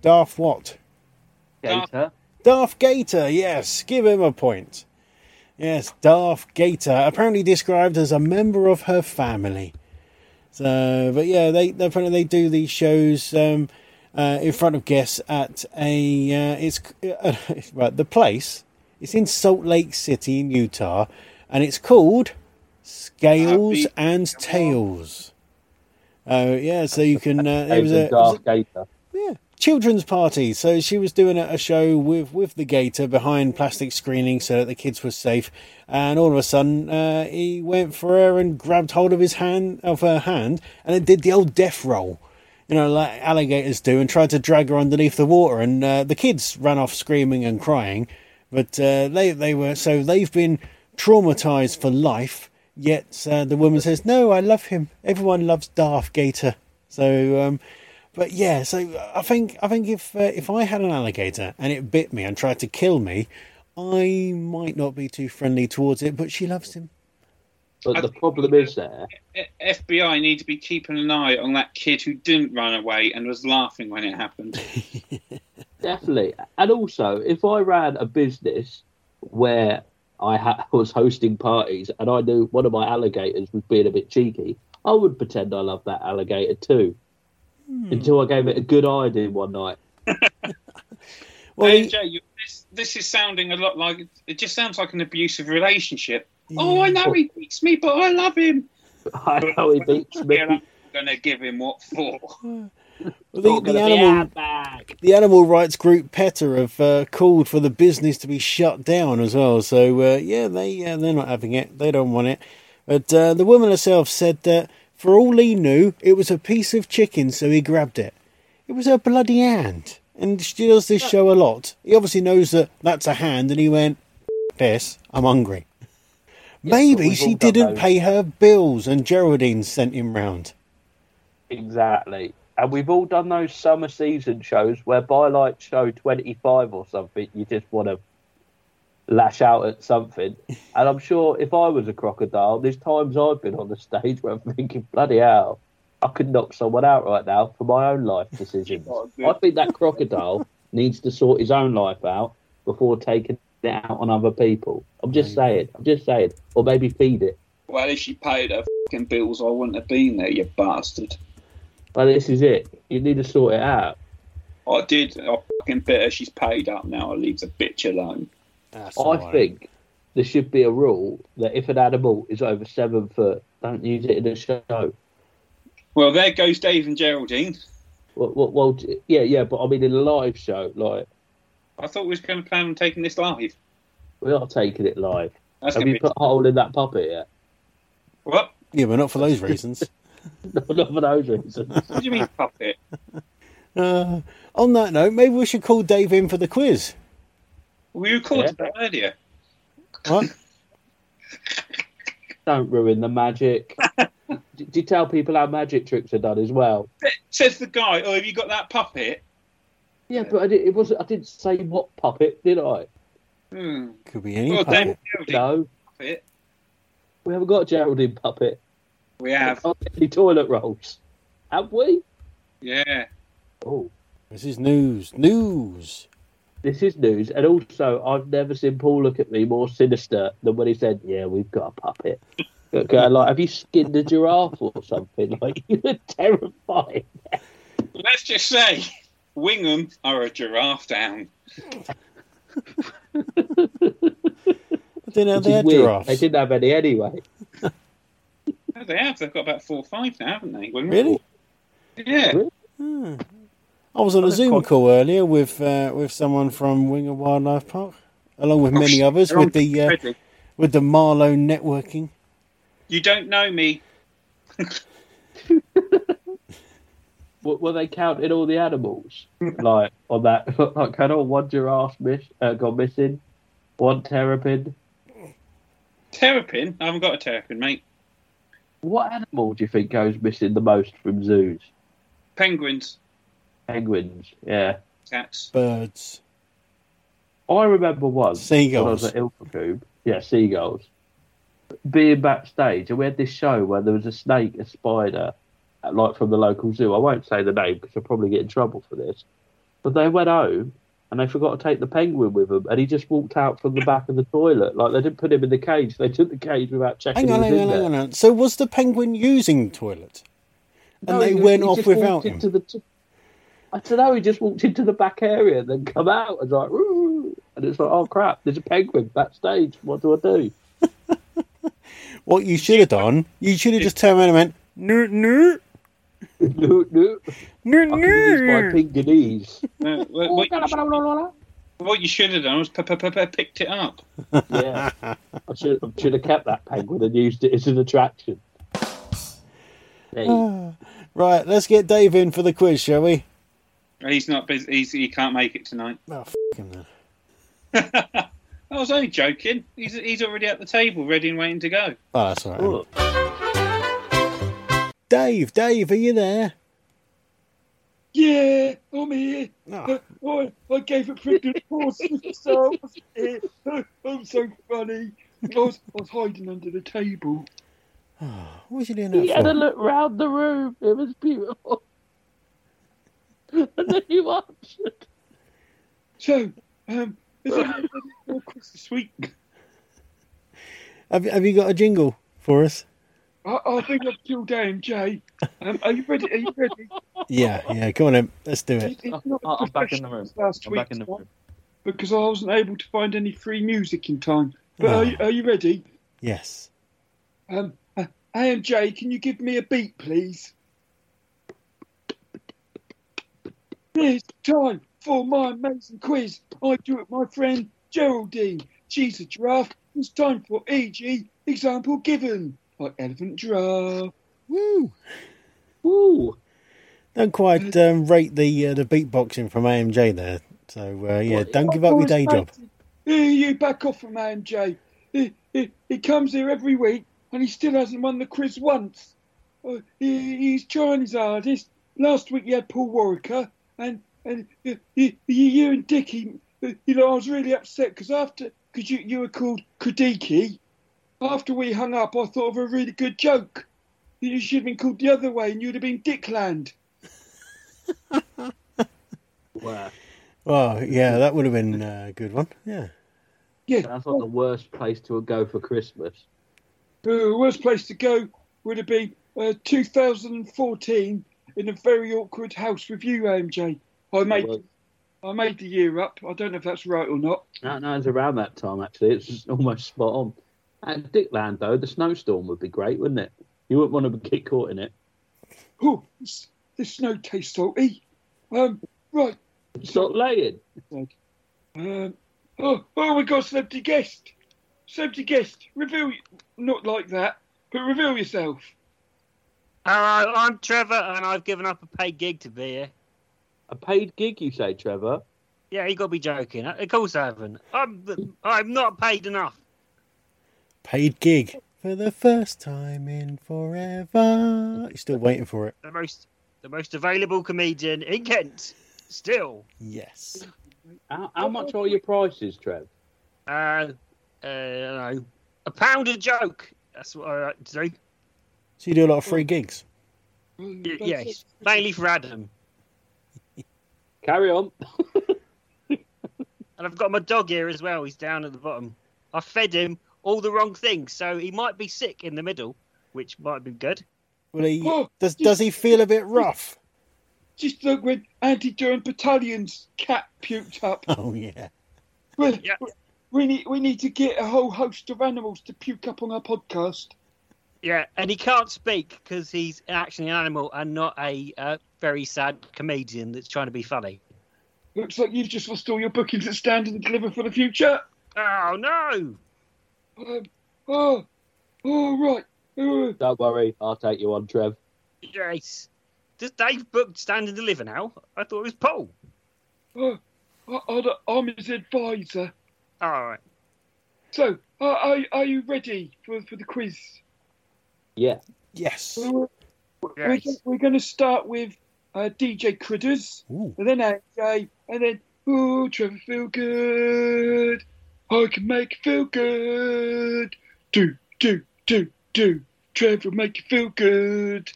[SPEAKER 3] Darf what?
[SPEAKER 5] Gator.
[SPEAKER 3] Darth Gator, yes, give him a point. Yes, Darth Gator, apparently described as a member of her family. So, but yeah, they they- apparently they do these shows um, uh, in front of guests at a uh, it's <laughs> uh, right the place. It's in Salt Lake City in Utah, and it's called Scales
[SPEAKER 4] Happy-
[SPEAKER 3] and Tails. Oh yeah, so you can. Uh, there
[SPEAKER 5] It
[SPEAKER 3] was
[SPEAKER 5] was
[SPEAKER 3] a-
[SPEAKER 5] a
[SPEAKER 3] it was a
[SPEAKER 5] dark gator.
[SPEAKER 3] yeah, children's party. So she was doing a a show with with the gator behind plastic screening so that the kids were safe. And all of a sudden, uh, he went for her and grabbed hold of his hand of her hand, and it did the old death roll. You know, like alligators do, and tried to drag her underneath the water, and uh, the kids ran off screaming and crying. But uh, they they were so they've been traumatized for life. Yet uh, the woman says, "No, I love him. Everyone loves Darth Gator." So um, but yeah, so I think I think if uh, if I had an alligator and it bit me and tried to kill me, I might not be too friendly towards it. But she loves him.
[SPEAKER 5] But the problem is there.
[SPEAKER 4] F- FBI need to be keeping an eye on that kid who didn't run away and was laughing when it happened.
[SPEAKER 5] Definitely. And also, if I ran a business where I ha- <laughs> was hosting parties and I knew one of my alligators was being a bit cheeky, I would pretend I loved that alligator too.
[SPEAKER 3] Hmm.
[SPEAKER 5] Until I gave it a good idea one night. <laughs>
[SPEAKER 3] Well, he-
[SPEAKER 4] AJ, you, this, this is sounding a lot like it just sounds like an abusive relationship. Oh, I know he beats me, but I love him.
[SPEAKER 5] I know he beats me.
[SPEAKER 4] Yeah, I'm gonna give him what for?
[SPEAKER 3] the, the animal the animal rights group PETA have uh, called for the business to be shut down as well. So uh, yeah, they uh, they're not having it. They don't want it. But uh, the woman herself said that for all he knew, it was a piece of chicken, so he grabbed it. It was her bloody hand. And she does this show a lot. He obviously knows that that's a hand, and he went, "F this, I'm hungry. Maybe
[SPEAKER 5] we've
[SPEAKER 3] she
[SPEAKER 5] all done
[SPEAKER 3] didn't
[SPEAKER 5] those.
[SPEAKER 3] pay her bills, and Geraldine sent him round.
[SPEAKER 5] Exactly. And we've all done those summer season shows where by like show 25 or something, you just want to lash out at something. And I'm sure if I was a crocodile, there's times I've been on the stage where I'm thinking, bloody hell, I could knock someone out right now for my own life decisions. I think that crocodile needs to sort his own life out before taking it out on other people. I'm just saying. I'm just saying. Or maybe feed it.
[SPEAKER 4] Well, if she paid her fucking bills, I wouldn't have been there, you bastard.
[SPEAKER 5] But this is it. You need to sort it out.
[SPEAKER 4] I did. I fucking bit her. She's paid up now. I leave the bitch alone.
[SPEAKER 3] That's
[SPEAKER 5] I
[SPEAKER 3] all right.
[SPEAKER 5] think there should be a rule that if an animal is over seven foot, don't use it in a show.
[SPEAKER 4] Well, there goes Dave and Geraldine.
[SPEAKER 5] Well, well, well d- yeah, yeah, but I mean in a live show, like
[SPEAKER 4] I thought we was going to plan on taking this live.
[SPEAKER 5] we are taking it live.
[SPEAKER 4] That's
[SPEAKER 5] Have
[SPEAKER 4] going
[SPEAKER 5] you
[SPEAKER 4] to be
[SPEAKER 5] put a hole in that puppet yet? <laughs>
[SPEAKER 4] what?
[SPEAKER 3] Yeah, but not for those reasons.
[SPEAKER 5] Not for those
[SPEAKER 4] <laughs>
[SPEAKER 5] reasons.
[SPEAKER 4] What do you mean puppet?
[SPEAKER 3] Uh, on that note, maybe we should call Dave in for the quiz.
[SPEAKER 4] We recorded
[SPEAKER 5] Yeah.
[SPEAKER 4] that earlier.
[SPEAKER 3] What?
[SPEAKER 5] don't ruin the magic.
[SPEAKER 4] <laughs>
[SPEAKER 5] D- Do you tell people how magic tricks are done as well?
[SPEAKER 4] Says the guy, "Oh, have you got that puppet?"
[SPEAKER 5] Yeah, but I did, it wasn't. I didn't say what puppet, did I?
[SPEAKER 4] Hmm.
[SPEAKER 3] Could be any
[SPEAKER 4] Well,
[SPEAKER 3] puppet.
[SPEAKER 4] Dave and Geraldine
[SPEAKER 5] No,
[SPEAKER 4] puppet.
[SPEAKER 5] we haven't got a Geraldine puppet.
[SPEAKER 4] We have.
[SPEAKER 5] Can't get Any toilet rolls? Have we?
[SPEAKER 4] Yeah.
[SPEAKER 5] Oh.
[SPEAKER 3] This is news. News.
[SPEAKER 5] This is news, and also I've never seen Paul look at me more sinister than when he said, "Yeah, we've got a puppet." Okay, like have you skinned a giraffe or something? <laughs> Like you were terrified.
[SPEAKER 4] Let's just say, Wingham are a giraffe down.
[SPEAKER 3] I didn't know
[SPEAKER 5] Which
[SPEAKER 3] they
[SPEAKER 5] is
[SPEAKER 3] had
[SPEAKER 5] weird.
[SPEAKER 3] giraffes.
[SPEAKER 5] They didn't have any anyway.
[SPEAKER 6] No, they have. They've got about four or five now, haven't they? When-
[SPEAKER 3] Really?
[SPEAKER 6] Yeah.
[SPEAKER 5] Really?
[SPEAKER 3] I was on a
[SPEAKER 6] they're
[SPEAKER 3] Zoom
[SPEAKER 6] called-
[SPEAKER 3] call earlier with uh, with someone from Winger Wildlife Park, along with many
[SPEAKER 6] shit,
[SPEAKER 3] others,
[SPEAKER 6] they're on
[SPEAKER 3] with the uh,
[SPEAKER 6] Frederick.
[SPEAKER 3] with the Marlow networking.
[SPEAKER 6] You don't know me.
[SPEAKER 5] W- Were they counting all the animals? like on that, <laughs> like had all one giraffe miss, uh, gone missing, one terrapin.
[SPEAKER 6] Terrapin? I haven't got a terrapin, mate.
[SPEAKER 5] What animal do you think goes missing the most from zoos?
[SPEAKER 6] Penguins,
[SPEAKER 5] Penguins. Yeah,
[SPEAKER 6] cats.
[SPEAKER 3] Birds.
[SPEAKER 5] I remember once when I was
[SPEAKER 3] Seagulls.
[SPEAKER 5] at Ilfracombe. Yeah, seagulls. Being backstage, and we had this show where there was a snake, a spider, uh, like from the local zoo. I won't say the name because I'll probably get in trouble for this. But they went home and they forgot to take the penguin with them, and he just walked out from the back of the toilet. Like they didn't put him in the cage; they took the cage without checking.
[SPEAKER 3] Hang on,
[SPEAKER 5] he was
[SPEAKER 3] hang on,
[SPEAKER 5] in there.
[SPEAKER 3] hang on, hang on. So was the penguin using the toilet? And they
[SPEAKER 5] he-
[SPEAKER 3] went
[SPEAKER 5] he
[SPEAKER 3] off
[SPEAKER 5] just
[SPEAKER 3] without
[SPEAKER 5] walked
[SPEAKER 3] him.
[SPEAKER 5] into the t- I don't know. He just walked into the back area and then come out and like, Ooh, and it's like, oh crap, there's a penguin backstage. What do I do? <laughs>
[SPEAKER 3] What you should have done, you should have just turned around and went, no, no,
[SPEAKER 5] no, no,
[SPEAKER 3] no,
[SPEAKER 5] I can use my
[SPEAKER 3] no.
[SPEAKER 5] pinganese.
[SPEAKER 6] Uh, what, what you, what you should have done was p- p- p- p- picked it up.
[SPEAKER 5] yeah, I should, I should have kept that penguin and used it as an attraction. There you-
[SPEAKER 3] Right, let's get Dave in for the quiz, shall we?
[SPEAKER 6] He's not busy. He's, he can't make it tonight.
[SPEAKER 3] Oh, f- him then.
[SPEAKER 6] I was only joking. He's, he's already at the table, ready and waiting to go.
[SPEAKER 3] Oh, that's all right. <sighs>
[SPEAKER 5] Look,
[SPEAKER 3] Dave, Dave, are you there?
[SPEAKER 6] Yeah, I'm here. Uh,
[SPEAKER 3] Oh,
[SPEAKER 6] I, I gave a pretty good horse so Uh, I'm so funny. I was, I was hiding under the table.
[SPEAKER 3] what was you doing
[SPEAKER 5] he
[SPEAKER 3] that
[SPEAKER 5] had a
[SPEAKER 3] for?
[SPEAKER 5] look round the room. It was beautiful. and then he answered.
[SPEAKER 6] So, um, is everybody all Christmas week?
[SPEAKER 3] Have, have you got a jingle for us?
[SPEAKER 6] I, I think I've killed AMJ. Um, are you ready? Are you ready?
[SPEAKER 3] Yeah, yeah, come on in. Let's do it.
[SPEAKER 6] It's
[SPEAKER 7] Oh,
[SPEAKER 6] not
[SPEAKER 7] oh, I'm back in the
[SPEAKER 6] professional
[SPEAKER 7] room.
[SPEAKER 6] as Last
[SPEAKER 7] I'm back in the
[SPEAKER 6] week's one,
[SPEAKER 7] room.
[SPEAKER 6] Because I wasn't able to find any free music in time. But are, you- are you ready?
[SPEAKER 3] Yes.
[SPEAKER 6] Um, uh, AMJ, can you give me a beat, please? It's time for my amazing quiz. I do it with my friend Geraldine. She's a giraffe. It's time for EG, example given, like elephant giraffe.
[SPEAKER 3] Woo!
[SPEAKER 5] Ooh.
[SPEAKER 3] Don't quite um, rate the uh, the beatboxing from AMJ there. So uh, yeah, don't give up your day job.
[SPEAKER 6] Eh, you back off from AMJ. He, he, he comes here every week and he still hasn't won the quiz once. Uh, he, he's trying his hardest. Last week you had Paul Warwicker and and uh, you, you and Dickie. uh, You know I was really upset because after because you you were called Kudiki. After we hung up, I thought of a really good joke. You should have been called the other way and you'd have been Dickland.
[SPEAKER 5] Wow.
[SPEAKER 3] Oh yeah, that would have been uh, a good one. Yeah.
[SPEAKER 6] Yeah,
[SPEAKER 5] That's like the worst place to go for Christmas.
[SPEAKER 6] The worst place to go would have been uh, 2014 in a very awkward house with you, AMJ. I made
[SPEAKER 5] was.
[SPEAKER 6] I made the year up. I don't know if that's right or not.
[SPEAKER 5] No, no, it's around that time actually. It's <laughs> almost spot on. At Dickland though, the snowstorm would be great, wouldn't it? You wouldn't want to <laughs> get caught in it.
[SPEAKER 6] Oh, this, this snow tastes salty. Um, right.
[SPEAKER 5] Stop laying.
[SPEAKER 6] Um, oh, oh, we got a celebrity guest. Celebrity guest, reveal not like that, but reveal yourself.
[SPEAKER 8] Hello, I'm Trevor, and I've given up a paid gig to be here.
[SPEAKER 5] A paid gig, you say, Trevor?
[SPEAKER 8] Yeah, you got to be joking. Of course I haven't. I'm, I'm not paid enough.
[SPEAKER 3] Paid gig for the first time in forever. You're still waiting for it.
[SPEAKER 8] The most, the most available comedian in Kent. Still,
[SPEAKER 3] Yes.
[SPEAKER 5] How, how much are your prices, Trev?
[SPEAKER 8] uh, uh, I don't know, a pound a joke. That's what I like to do.
[SPEAKER 3] So you do a lot of free gigs.
[SPEAKER 8] Y- Yes, mainly for Adam.
[SPEAKER 5] Carry on.
[SPEAKER 8] And I've got my dog here as well. He's down at the bottom. I fed him all the wrong things, so he might be sick in the middle, which might be good.
[SPEAKER 3] Well, he,
[SPEAKER 6] Oh,
[SPEAKER 3] does does he feel a bit rough? <laughs>
[SPEAKER 6] Just look when Andy Durham Battalion's cat puked up.
[SPEAKER 3] Oh yeah.
[SPEAKER 6] Well,
[SPEAKER 8] Yeah.
[SPEAKER 6] we need we need to get a whole host of animals to puke up on our podcast.
[SPEAKER 8] Yeah, and he can't speak because he's actually an animal and not a uh, very sad comedian that's trying to be funny.
[SPEAKER 6] Looks like you've just lost all your bookings at Stand and Deliver for the future.
[SPEAKER 8] Oh no!
[SPEAKER 6] Um, oh, oh right. Uh,
[SPEAKER 5] Don't worry, I'll take you on, Trev.
[SPEAKER 8] Yes. Does Dave book Stand and Deliver now? I thought it was Paul.
[SPEAKER 6] oh, I, I, I'm his advisor.
[SPEAKER 8] All right.
[SPEAKER 6] So, are, are, are you ready for, for the quiz?
[SPEAKER 5] Yeah.
[SPEAKER 3] Yes.
[SPEAKER 6] We're,
[SPEAKER 8] Yes.
[SPEAKER 6] going to start with uh, DJ Critters,
[SPEAKER 3] Ooh.
[SPEAKER 6] and then AJ, and then, oh, Trevor Feel Good. I can make you feel good. Do, do, do, do. Trevor, make you feel good.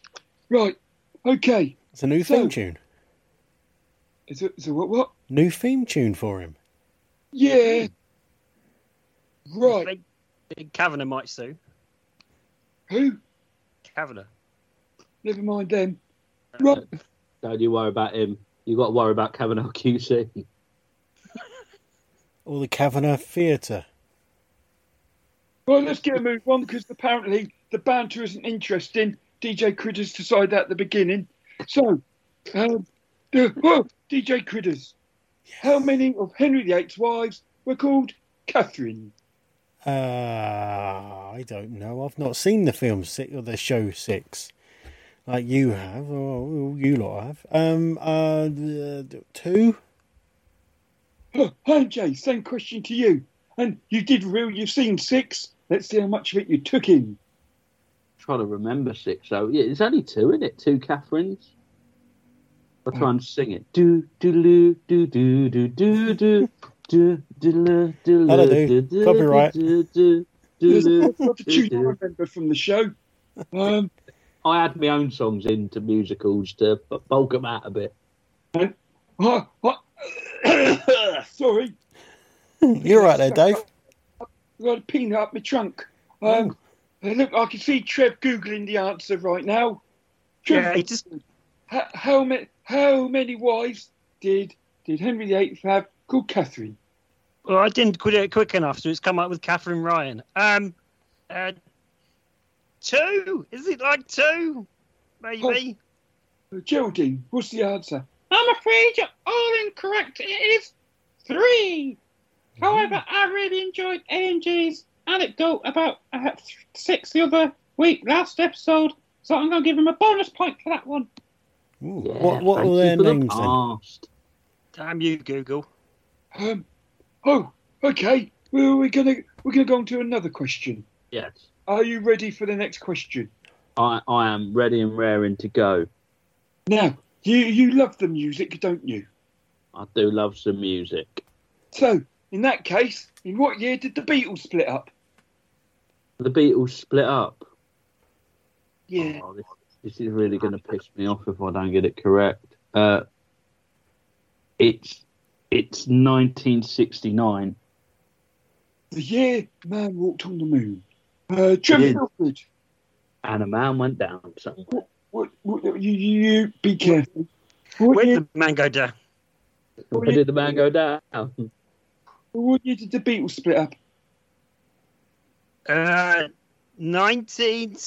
[SPEAKER 6] Right. Okay.
[SPEAKER 3] It's a new theme
[SPEAKER 6] So-
[SPEAKER 3] tune.
[SPEAKER 6] Is it, is it what? What?
[SPEAKER 3] New theme tune for him.
[SPEAKER 6] Yeah. Right.
[SPEAKER 8] Big, big Kavanagh might sue.
[SPEAKER 6] Who?
[SPEAKER 8] Kavanagh.
[SPEAKER 6] Never mind them. Right.
[SPEAKER 5] Don't you worry about him. you got to worry about Kavanaugh <laughs> QC.
[SPEAKER 3] Or the Kavanagh Theatre.
[SPEAKER 6] Well, let's get a move on because apparently the banter isn't interesting. DJ Critters decided that at the beginning. So, um, uh, oh, DJ Critters, how many of Henry VIII's wives were called Catherine?
[SPEAKER 3] Uh, I don't know. I've not seen the film six or the show six, like you have or you lot have. Um, uh, d- two.
[SPEAKER 6] Oh, hi, Jay, same question to you. And you did real, you've seen six. Let's see how much of it you took in.
[SPEAKER 5] trying to remember six. So yeah, it's only two, isn't it? Two Catherines. I'll try and sing it. Do do do do do do do do do do do
[SPEAKER 3] That'll do. Copyright.
[SPEAKER 6] There's a lot of tune I remember from the show. Um,
[SPEAKER 5] I add my own songs into musicals to b- bulk them out a bit.
[SPEAKER 6] oh, oh, sorry.
[SPEAKER 3] You're right there, Dave.
[SPEAKER 6] I've got a peanut up my trunk. Um, uh, Look, I can see Trev googling the answer right now.
[SPEAKER 8] Yeah,
[SPEAKER 6] Trev,
[SPEAKER 8] he just
[SPEAKER 6] h- how many how many wives did did Henry VIII have called Catherine?
[SPEAKER 8] Well, I didn't do it quick enough, so it's come up with Catherine Ryan. Um, uh, two? Is it like two? Maybe.
[SPEAKER 6] Uh, Geraldine, what's the answer? I'm afraid you're all incorrect. It is three. However, I really enjoyed AMG's anecdote about uh, six the other week, last episode. So I'm going to give him a bonus point for that one.
[SPEAKER 3] Ooh,
[SPEAKER 5] Yeah,
[SPEAKER 3] what what
[SPEAKER 5] thank
[SPEAKER 3] were
[SPEAKER 5] you
[SPEAKER 3] their
[SPEAKER 5] for the
[SPEAKER 3] names then?
[SPEAKER 5] past.
[SPEAKER 8] Damn you, Google.
[SPEAKER 6] Um, oh, okay. Well, we're gonna we're gonna go on to another question.
[SPEAKER 5] Yes,
[SPEAKER 6] Are you ready for the next question?
[SPEAKER 5] I I am ready and raring to go.
[SPEAKER 6] Now, you you love the music, don't you?
[SPEAKER 5] I do love some music.
[SPEAKER 6] So, in that case, in what year did the Beatles split up?
[SPEAKER 5] The Beatles split up.
[SPEAKER 6] Yeah,
[SPEAKER 5] Oh, this, this is really going to piss me off if I don't get it correct. Uh, it's it's 1969.
[SPEAKER 6] the year man walked on the moon. Uh, Trevor
[SPEAKER 5] Yeah.
[SPEAKER 6] Milford,
[SPEAKER 5] And a man went down somewhere.
[SPEAKER 6] what, what, you, you you be careful. What
[SPEAKER 8] Where
[SPEAKER 6] year,
[SPEAKER 8] did the man go down?
[SPEAKER 5] Where did the man go down?
[SPEAKER 6] what year did the Beatles split up?
[SPEAKER 8] Uh,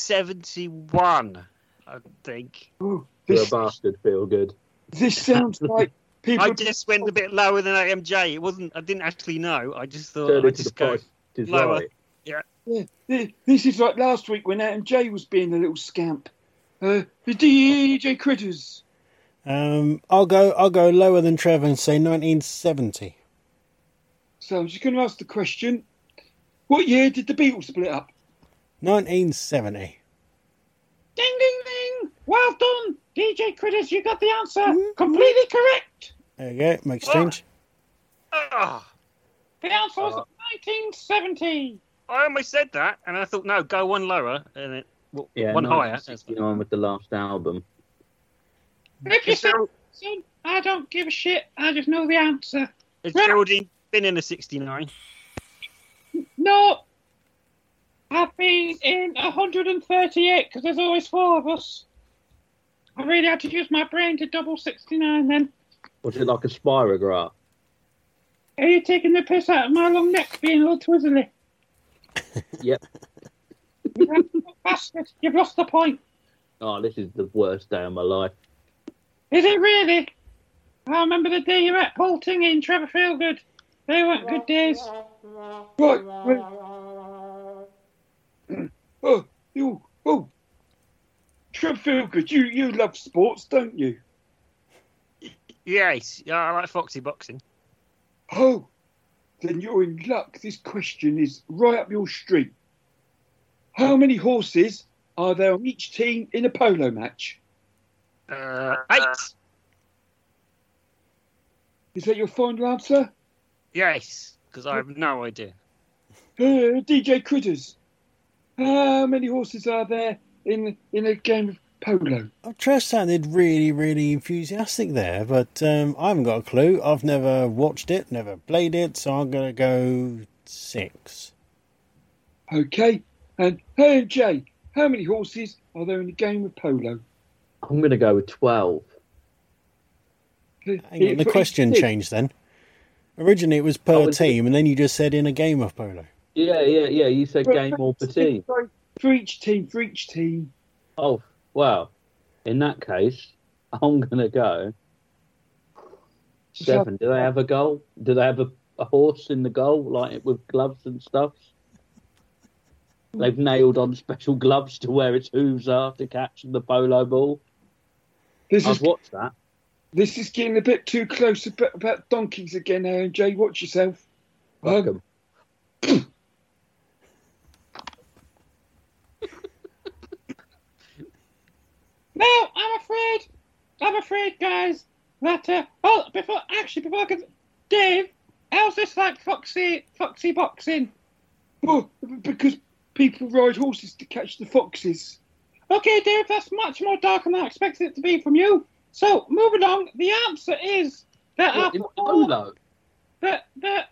[SPEAKER 8] 1971, I think.
[SPEAKER 6] Oh,
[SPEAKER 5] You're a
[SPEAKER 6] this,
[SPEAKER 5] bastard, feel good.
[SPEAKER 6] this
[SPEAKER 8] <laughs>
[SPEAKER 6] sounds like people.
[SPEAKER 8] I just went a bit lower than AMJ. It wasn't. I didn't actually know. Oh, I just thought
[SPEAKER 5] Turn
[SPEAKER 8] I'd
[SPEAKER 5] into the
[SPEAKER 8] just go.
[SPEAKER 5] price is
[SPEAKER 8] lower.
[SPEAKER 5] right.
[SPEAKER 6] Yeah, thi- this is like last week when Adam J was being a little scamp. Uh, the DJ Critters.
[SPEAKER 3] Um, I'll go. I'll go lower than Trevor and say 1970.
[SPEAKER 6] So I'm just going to ask the question: What year did the Beatles split up?
[SPEAKER 3] 1970.
[SPEAKER 6] Ding ding ding! Well done, DJ Critters. You got the answer completely correct.
[SPEAKER 3] There you go. Makes change.
[SPEAKER 8] Ah,
[SPEAKER 6] The answer
[SPEAKER 8] Uh,
[SPEAKER 6] was 1970.
[SPEAKER 8] I almost said that, and I thought, no, go one lower, and it, well,
[SPEAKER 5] Yeah,
[SPEAKER 8] one higher.
[SPEAKER 5] 1969 with the last album.
[SPEAKER 6] If you
[SPEAKER 8] Is
[SPEAKER 6] said
[SPEAKER 8] Gerald-
[SPEAKER 6] soon, I don't give a shit. I just know the answer.
[SPEAKER 8] has Geraldine been in a 69?
[SPEAKER 6] No. I've been in 138 because there's always four of us. I really had to use my brain to double 69 then.
[SPEAKER 5] Was it like a spirograph?
[SPEAKER 6] Are you taking the piss out of my long neck being all twizzly?
[SPEAKER 5] Yep.
[SPEAKER 6] You bastard, you've lost the point.
[SPEAKER 5] Oh, this is the worst day of my life.
[SPEAKER 6] Is it really? I remember the day you were at Polting in Trevor Feelgood. They weren't good days. Right, right. Oh, you, oh. Trevor Feelgood, you, you love sports, don't you?
[SPEAKER 8] Yes, yeah, I like Foxy boxing.
[SPEAKER 6] Oh, then you're in luck. This question is right up your street. How many horses are there on each team in a polo match?
[SPEAKER 8] Uh, eight.
[SPEAKER 6] Is that your final answer?
[SPEAKER 8] Yes, because I have no idea.
[SPEAKER 6] Uh, DJ Critters, how many horses are there in in a game of polo?
[SPEAKER 3] Oh, Trev sounded really, really enthusiastic there, but um, I haven't got a clue. I've never watched it, never played it, so I'm going to go six.
[SPEAKER 6] Okay, and hey Jay, how many horses are there in a game of polo?
[SPEAKER 5] I'm going to go with 12.
[SPEAKER 3] Hang on, the question changed then. Originally it was per
[SPEAKER 5] Oh, it's-
[SPEAKER 3] team, and then you just said in a game of polo.
[SPEAKER 5] Yeah, yeah, yeah. You said game or per team.
[SPEAKER 6] For each team, for each team.
[SPEAKER 5] Oh, well, in that case, <laughs> I'm going to go seven. Do they have a goal? Do they have a, a horse in the goal, like with gloves and stuff? They've nailed on special gloves to where its hooves are to catch the polo ball.
[SPEAKER 6] This
[SPEAKER 5] I've
[SPEAKER 6] is
[SPEAKER 5] watched that.
[SPEAKER 6] this is getting a bit too close about, about donkeys again, Aaron Jay. Watch yourself.
[SPEAKER 5] Fuck
[SPEAKER 6] Um,
[SPEAKER 5] 'em.
[SPEAKER 6] <laughs> No, I'm afraid. I'm afraid, guys, that uh, oh, before actually before I can, Dave, how's this like foxy foxy boxing? Well, because people ride horses to catch the foxes. Okay, Dave, that's much more dark than I expected it to be from you. So moving on, the answer is that
[SPEAKER 5] What, in
[SPEAKER 6] after all
[SPEAKER 5] polo.
[SPEAKER 6] that that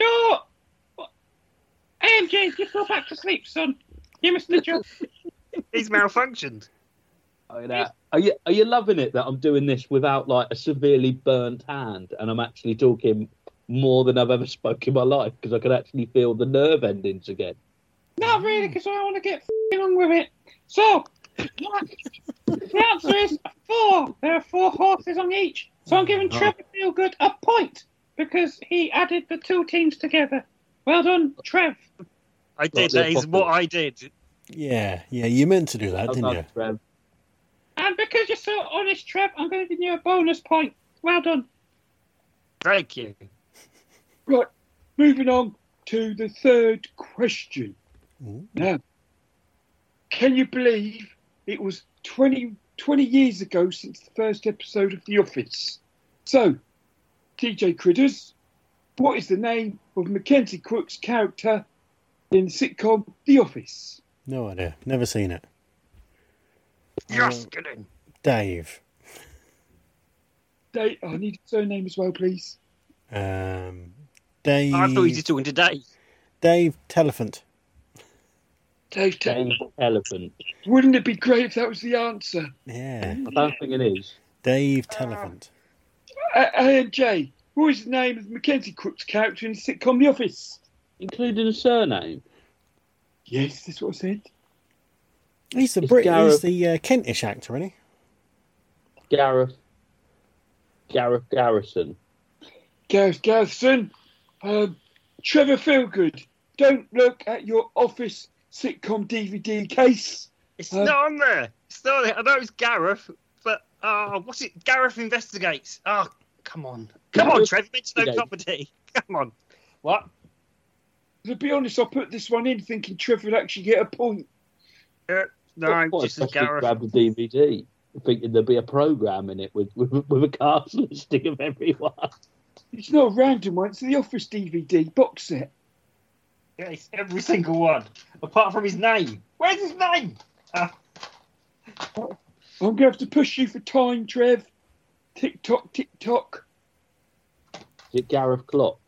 [SPEAKER 6] your AMJ, just go back to sleep, son. You missed the joke.
[SPEAKER 8] He's malfunctioned.
[SPEAKER 5] Look at that. uh, Are you are you loving it that I'm doing this without like a severely burnt hand and I'm actually talking more than I've ever spoken in my life because I can actually feel the nerve endings again.
[SPEAKER 6] Not really, because I want to get f***ing on with it. So, the answer is four. There are four horses on each. So I'm giving Trevor Feelgood a point because he added the two teams together. Well done, Trev.
[SPEAKER 8] I
[SPEAKER 5] Right,
[SPEAKER 8] did. That
[SPEAKER 5] they're
[SPEAKER 8] is
[SPEAKER 5] possible.
[SPEAKER 8] what I did.
[SPEAKER 3] Yeah, yeah, you meant to do that,
[SPEAKER 5] Well
[SPEAKER 3] didn't
[SPEAKER 5] done,
[SPEAKER 3] you?
[SPEAKER 5] Trev.
[SPEAKER 6] And because you're so honest, Trev, I'm going to give you a bonus point. Well done.
[SPEAKER 8] Thank you.
[SPEAKER 6] Right, moving on to the third question.
[SPEAKER 3] Ooh.
[SPEAKER 6] Now, can you believe it was 20, 20 years ago since the first episode of The Office? So, TJ Critters, what is the name of Mackenzie Crook's character in the sitcom The Office?
[SPEAKER 3] No idea. Never seen it.
[SPEAKER 8] Yes, good in.
[SPEAKER 3] Dave.
[SPEAKER 6] Dave, I need a surname as well, please.
[SPEAKER 3] Um, Dave.
[SPEAKER 8] I thought you were talking today.
[SPEAKER 3] Dave Telephant.
[SPEAKER 6] Dave, Taylor.
[SPEAKER 5] James Elephant.
[SPEAKER 6] wouldn't it be great if that was the answer?
[SPEAKER 3] Yeah.
[SPEAKER 5] I don't think it is.
[SPEAKER 3] Dave Telephant.
[SPEAKER 6] A- AMJ, what is the name of Mackenzie Crook's character in the sitcom The Office?
[SPEAKER 5] Including a surname.
[SPEAKER 6] Yes, that's what I said.
[SPEAKER 3] He's the
[SPEAKER 5] Uh, It's
[SPEAKER 3] Brit. He's
[SPEAKER 5] Gareth.
[SPEAKER 3] the uh, Kentish actor, isn't he?
[SPEAKER 5] Gareth Gareth Garrison.
[SPEAKER 6] Gareth Garrison, um, Trevor Feelgood, don't look at your office sitcom DVD case.
[SPEAKER 8] It's
[SPEAKER 6] Uh,
[SPEAKER 8] not on there. It's not on there. I know it's Gareth, but uh, what's it? Gareth investigates. Oh, come on. Come on,
[SPEAKER 5] Gareth
[SPEAKER 8] Trev. You mentioned no
[SPEAKER 5] Investigates.
[SPEAKER 8] property. <laughs> Come on. What?
[SPEAKER 6] To be honest, I put this one in thinking Trevor would actually get a point.
[SPEAKER 8] Uh,
[SPEAKER 5] What-
[SPEAKER 8] no,
[SPEAKER 5] what
[SPEAKER 8] just
[SPEAKER 5] if
[SPEAKER 8] as
[SPEAKER 5] I should
[SPEAKER 8] Gareth.
[SPEAKER 5] grab the DVD. Thinking there'd be a program in it with, with, with a cast <laughs> listing of everyone.
[SPEAKER 6] It's not a random one, it's the office DVD box set.
[SPEAKER 8] Yeah, it's every single one, apart from his name. Where's his name?
[SPEAKER 6] I'm going to have to push you for time, Trev. Tick tock, tick tock.
[SPEAKER 5] Is it Gareth Clock?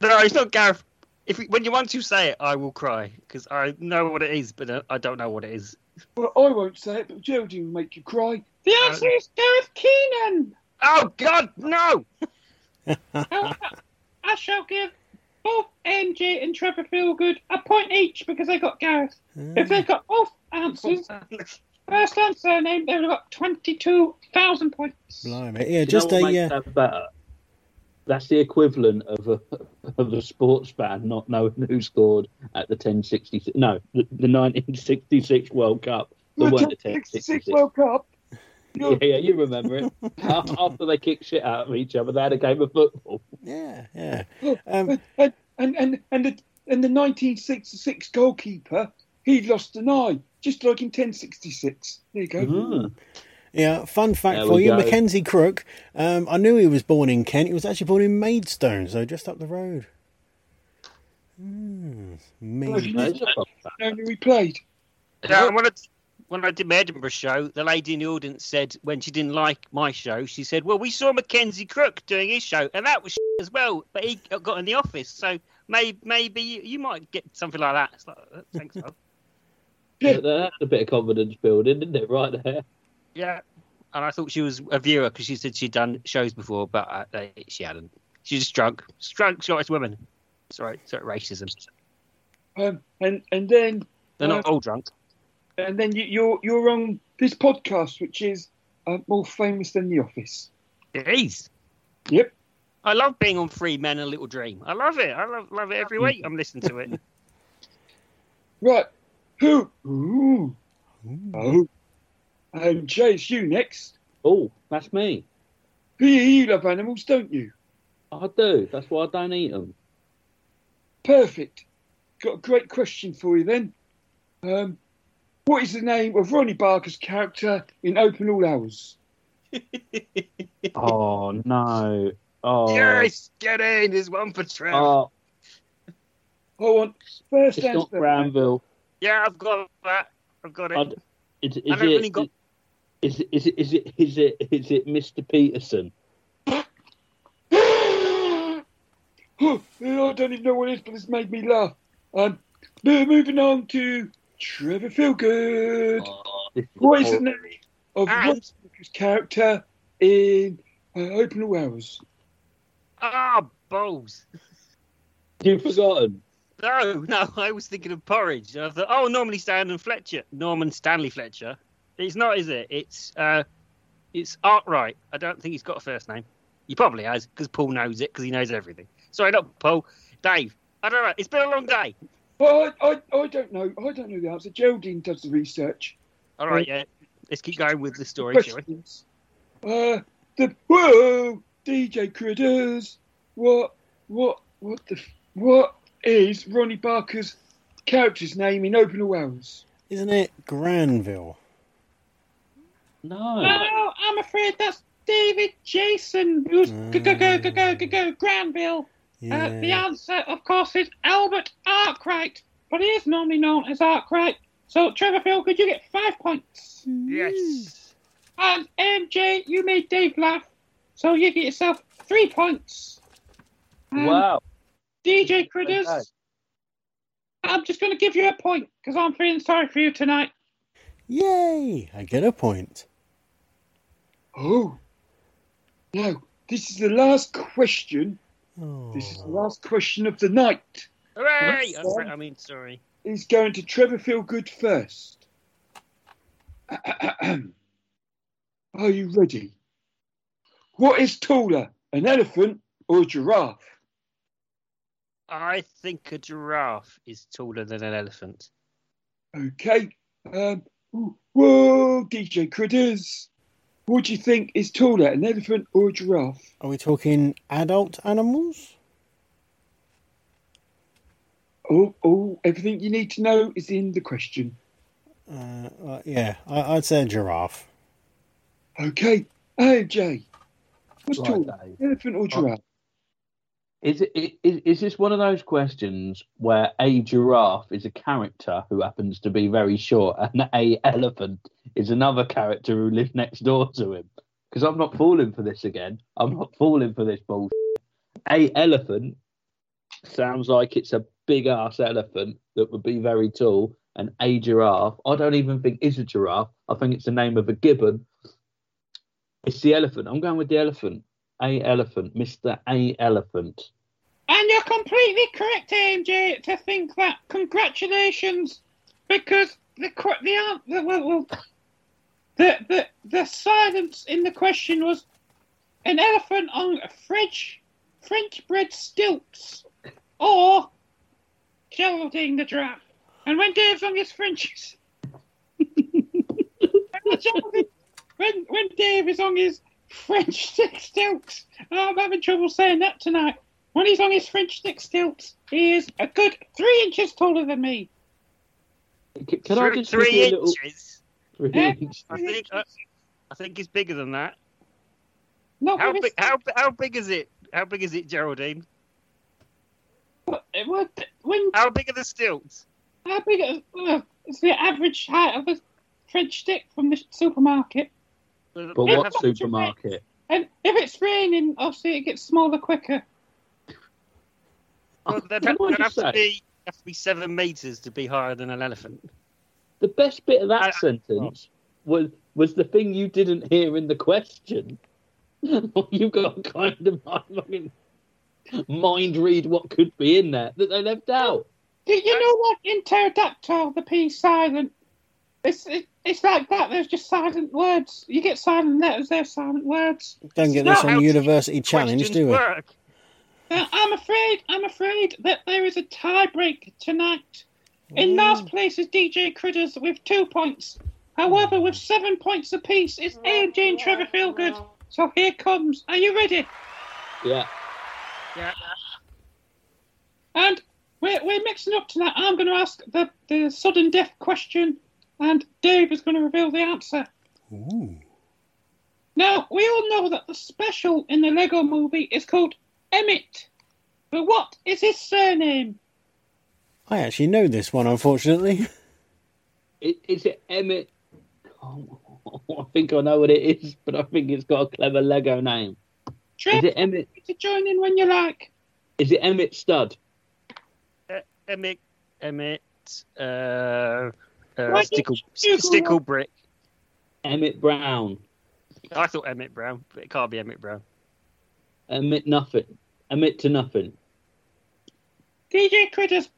[SPEAKER 8] No, it's not Gareth. If we, when you want to say it, I will cry because I know what it is, but uh, I don't know what it is.
[SPEAKER 6] Well, I won't say it, but Geraldine will make you cry. The answer
[SPEAKER 8] <laughs>
[SPEAKER 6] is Gareth Keenan.
[SPEAKER 8] Oh God, no!
[SPEAKER 6] I shall give both MJ and Trevor Feelgood a point each because they got Gareth. If they got both answers, first and surname, they would have got 22,000 points.
[SPEAKER 3] Blimey. Yeah,
[SPEAKER 5] Do you know
[SPEAKER 3] just
[SPEAKER 5] what
[SPEAKER 3] a.
[SPEAKER 5] makes
[SPEAKER 3] Uh,
[SPEAKER 5] that better? That's the equivalent of a <laughs> of a sports fan not knowing who scored at the 1066. No, the, the 1966 World Cup. The weren't the 1066.
[SPEAKER 6] World Cup.
[SPEAKER 5] Yeah, yeah, you remember
[SPEAKER 8] <laughs>
[SPEAKER 5] it. After they kicked shit out of each other, they had a game of football.
[SPEAKER 3] yeah, yeah. Um,
[SPEAKER 6] and and and and the, and the 1966 goalkeeper, he lost an eye, just like in 1066. There you go.
[SPEAKER 3] Yeah, fun fact
[SPEAKER 5] There
[SPEAKER 3] for
[SPEAKER 5] we
[SPEAKER 3] you,
[SPEAKER 5] go.
[SPEAKER 3] Mackenzie Crook. Um, I knew he was born in Kent. He was actually born in Maidstone, so just up the road. Mm, Maid-
[SPEAKER 5] Those are fun facts.
[SPEAKER 6] And only we played.
[SPEAKER 8] Yeah, and uh, when I, when I did my Edinburgh show, the lady in the audience said, when she didn't like my show, she said, Well, we saw Mackenzie Crook doing his show, and that was shit as well, but he got in the office. So maybe, maybe you, you might get something like that. It's like, "Uh, Thanks, love."
[SPEAKER 5] That- That's a bit of confidence building, isn't it? Right there.
[SPEAKER 8] Yeah. And I thought she was a viewer because she said she'd done shows before, but uh, they- she hadn't. She's just drunk. She's drunk, shortest woman. Sorry, sorry, racism.
[SPEAKER 6] Um, and and then
[SPEAKER 8] They're not all drunk.
[SPEAKER 6] and then you, you're you're on this podcast, which is uh, more famous than The Office.
[SPEAKER 8] Jeez.
[SPEAKER 6] Yep.
[SPEAKER 8] I love being on Free Men and Little Dream. I love it. I love love it every week. I'm listening to it.
[SPEAKER 6] Right. Who? Ooh. Oh. Um, Jay, it's you next.
[SPEAKER 5] Oh, that's me.
[SPEAKER 6] You, you love animals, don't you?
[SPEAKER 5] I do. That's why I don't eat them.
[SPEAKER 6] Perfect. Got a great question for you then. Um, what is the name of Ronnie Barker's character in Open All Hours?
[SPEAKER 5] <laughs> Oh no. Oh.
[SPEAKER 8] Yes, get in. There's one for Trev.
[SPEAKER 5] Oh,
[SPEAKER 6] I want first
[SPEAKER 5] it's
[SPEAKER 6] answer.
[SPEAKER 5] not
[SPEAKER 6] <gasps>
[SPEAKER 5] Granville.
[SPEAKER 8] yeah, I've got that. I've got it.
[SPEAKER 5] I d- Is, is,
[SPEAKER 8] I
[SPEAKER 5] it,
[SPEAKER 8] don't really got-
[SPEAKER 5] is, is, it- is it is it is it Mr. Peterson?
[SPEAKER 6] Oh, I don't even know what it is, but this made me laugh. Um, mo- moving on to Trevor Feelgood.
[SPEAKER 5] This is
[SPEAKER 6] what is the
[SPEAKER 5] horrible.
[SPEAKER 6] name of
[SPEAKER 8] And-
[SPEAKER 6] Ronnie Barker's character in uh, Open All Hours?
[SPEAKER 8] Ah, balls.
[SPEAKER 5] You've forgotten.
[SPEAKER 8] No, no. I was thinking of porridge. And I thought, oh, normally Stanley Fletcher, Norman Stanley Fletcher. It's not, is it? It's uh, it's Artwright. I don't think he's got a first name. He probably has because Paul knows it because he knows everything. Sorry, not Paul. Dave. I don't know. It's been a long day.
[SPEAKER 6] Well, I, I, I don't know. I don't know the answer. Geraldine does the research.
[SPEAKER 8] All right, yeah. Let's keep going with the story, shall we?
[SPEAKER 6] questions. Uh, the whoa, DJ Critters. What, what, what the, f- what is Ronnie Barker's character's name in Open All Hours?
[SPEAKER 3] Isn't it Granville?
[SPEAKER 5] No.
[SPEAKER 6] I'm afraid that's David Jason. Who's
[SPEAKER 3] go, go, go, go, go, go,
[SPEAKER 6] Granville.
[SPEAKER 3] Ah, Yeah.
[SPEAKER 6] answer, of course, is Albert Arkwright, but he is normally known as Arkwright. So, Trevor Phil, could you get five points?
[SPEAKER 8] Yes.
[SPEAKER 6] And MJ, you made Dave laugh, so you get yourself three points. And
[SPEAKER 5] Wow.
[SPEAKER 6] DJ Critters,
[SPEAKER 5] Okay.
[SPEAKER 6] I'm just going to give you a point because I'm feeling sorry for you tonight.
[SPEAKER 3] Yay! I get a point.
[SPEAKER 6] Oh. No, this is the last question.
[SPEAKER 3] Oh.
[SPEAKER 6] This is the last question of the night.
[SPEAKER 8] Hooray!
[SPEAKER 6] That's fun.
[SPEAKER 8] I mean, sorry.
[SPEAKER 6] Is going to Trevor Feelgood first. <clears throat> Are you ready? What is taller, an elephant or a giraffe?
[SPEAKER 8] I think a giraffe is taller than an elephant.
[SPEAKER 6] Okay. Um, whoa, DJ Critters. What do you think is taller, an elephant or a giraffe?
[SPEAKER 3] Are we talking adult animals?
[SPEAKER 6] Oh, oh, everything you need to know is in the question.
[SPEAKER 3] Uh, well, yeah, I, I'd say a giraffe.
[SPEAKER 6] Okay. AJ. What's
[SPEAKER 5] Right,
[SPEAKER 6] taller,
[SPEAKER 5] Dave.
[SPEAKER 6] elephant or giraffe?
[SPEAKER 5] Is it is, is this one of those questions where a giraffe is a character who happens to be very short and a elephant is another character who lives next door to him? Because I'm not falling for this again. I'm not falling for this bullshit. A elephant sounds like it's a big ass elephant that would be very tall, and a giraffe I don't even think is a giraffe. I think it's the name of a gibbon. It's the elephant. I'm going with the elephant. A elephant, Mr. A elephant.
[SPEAKER 9] And you're completely correct, AMJ, to think that. Congratulations, because the que- the an- the well, well, the, the the silence in the question was an elephant on French French bred stilts, or Geraldine the giraffe. And when Dave's on his <laughs> Frenchies, when, Geraldine- when when Dave is on his French <laughs> stilts, I'm having trouble saying that tonight. When he's on his French stick stilts, he is a good three inches taller than me.
[SPEAKER 5] C- Can I
[SPEAKER 8] three,
[SPEAKER 5] just give
[SPEAKER 8] three
[SPEAKER 5] you a
[SPEAKER 8] inches?
[SPEAKER 5] little- three
[SPEAKER 9] Eh?
[SPEAKER 5] inches?
[SPEAKER 8] I think I, I think it's bigger than that.
[SPEAKER 9] Not
[SPEAKER 8] How
[SPEAKER 9] with
[SPEAKER 8] big?
[SPEAKER 9] his-
[SPEAKER 8] How how big is it? How big is it, Geraldine?
[SPEAKER 9] It was- When
[SPEAKER 8] How big are the stilts?
[SPEAKER 9] how big is uh, it's the average height of a French stick from the supermarket?
[SPEAKER 5] <laughs> But
[SPEAKER 9] Yeah,
[SPEAKER 5] what
[SPEAKER 9] that's what you
[SPEAKER 5] supermarket?
[SPEAKER 9] And if it's raining, obviously it gets smaller quicker.
[SPEAKER 8] Well,
[SPEAKER 5] <laughs>
[SPEAKER 8] they'd
[SPEAKER 5] Can I
[SPEAKER 8] have, they'd
[SPEAKER 5] just
[SPEAKER 8] have to
[SPEAKER 5] say,
[SPEAKER 8] be have to be seven meters to be higher than an elephant.
[SPEAKER 5] the best bit of that
[SPEAKER 8] I- I-
[SPEAKER 5] sentence was was the thing you didn't hear in the question. <laughs> you got kind of like fucking mind read what could be in there that they left out.
[SPEAKER 9] You, you know what? In pterodactyl, the P silent. It's it, it's like that. There's just silent words. You get silent letters. There's silent words.
[SPEAKER 3] Don't get
[SPEAKER 8] It's
[SPEAKER 3] this
[SPEAKER 8] not
[SPEAKER 3] on
[SPEAKER 8] how
[SPEAKER 3] University Challenge,
[SPEAKER 8] Questions
[SPEAKER 3] do we?
[SPEAKER 8] work.
[SPEAKER 9] Now, I'm afraid. I'm afraid that there is a tiebreak tonight. In last place is DJ Critters with two points. However, with seven points apiece, it's AJ and Trevor Feelgood. So here comes. Are you ready?
[SPEAKER 5] Yeah.
[SPEAKER 8] Yeah.
[SPEAKER 9] And we're, we're mixing up tonight. I'm going to ask the, the sudden death question, and Dave is going to reveal the answer. Now, we all know that the special in the Lego movie is called Emmett. But what is his surname?
[SPEAKER 3] I actually know this one, unfortunately.
[SPEAKER 5] Is, is it Emmett? <laughs> Oh, I think I know what it is, but I think it's got a clever Lego name. Is
[SPEAKER 9] Trev,
[SPEAKER 5] it Emmett?
[SPEAKER 9] to join in when you like.
[SPEAKER 5] Is it Emmett Stud?
[SPEAKER 8] Emmett, Emmett, uh, uh,
[SPEAKER 9] Why did
[SPEAKER 8] Stickle,
[SPEAKER 9] you Google
[SPEAKER 8] Stickle Brick.
[SPEAKER 5] Emmett Brown?
[SPEAKER 8] I thought Emmett Brown, but it can't be Emmett Brown.
[SPEAKER 5] Emmett Nothing? Emmett to Nothing?
[SPEAKER 9] DJ Critters,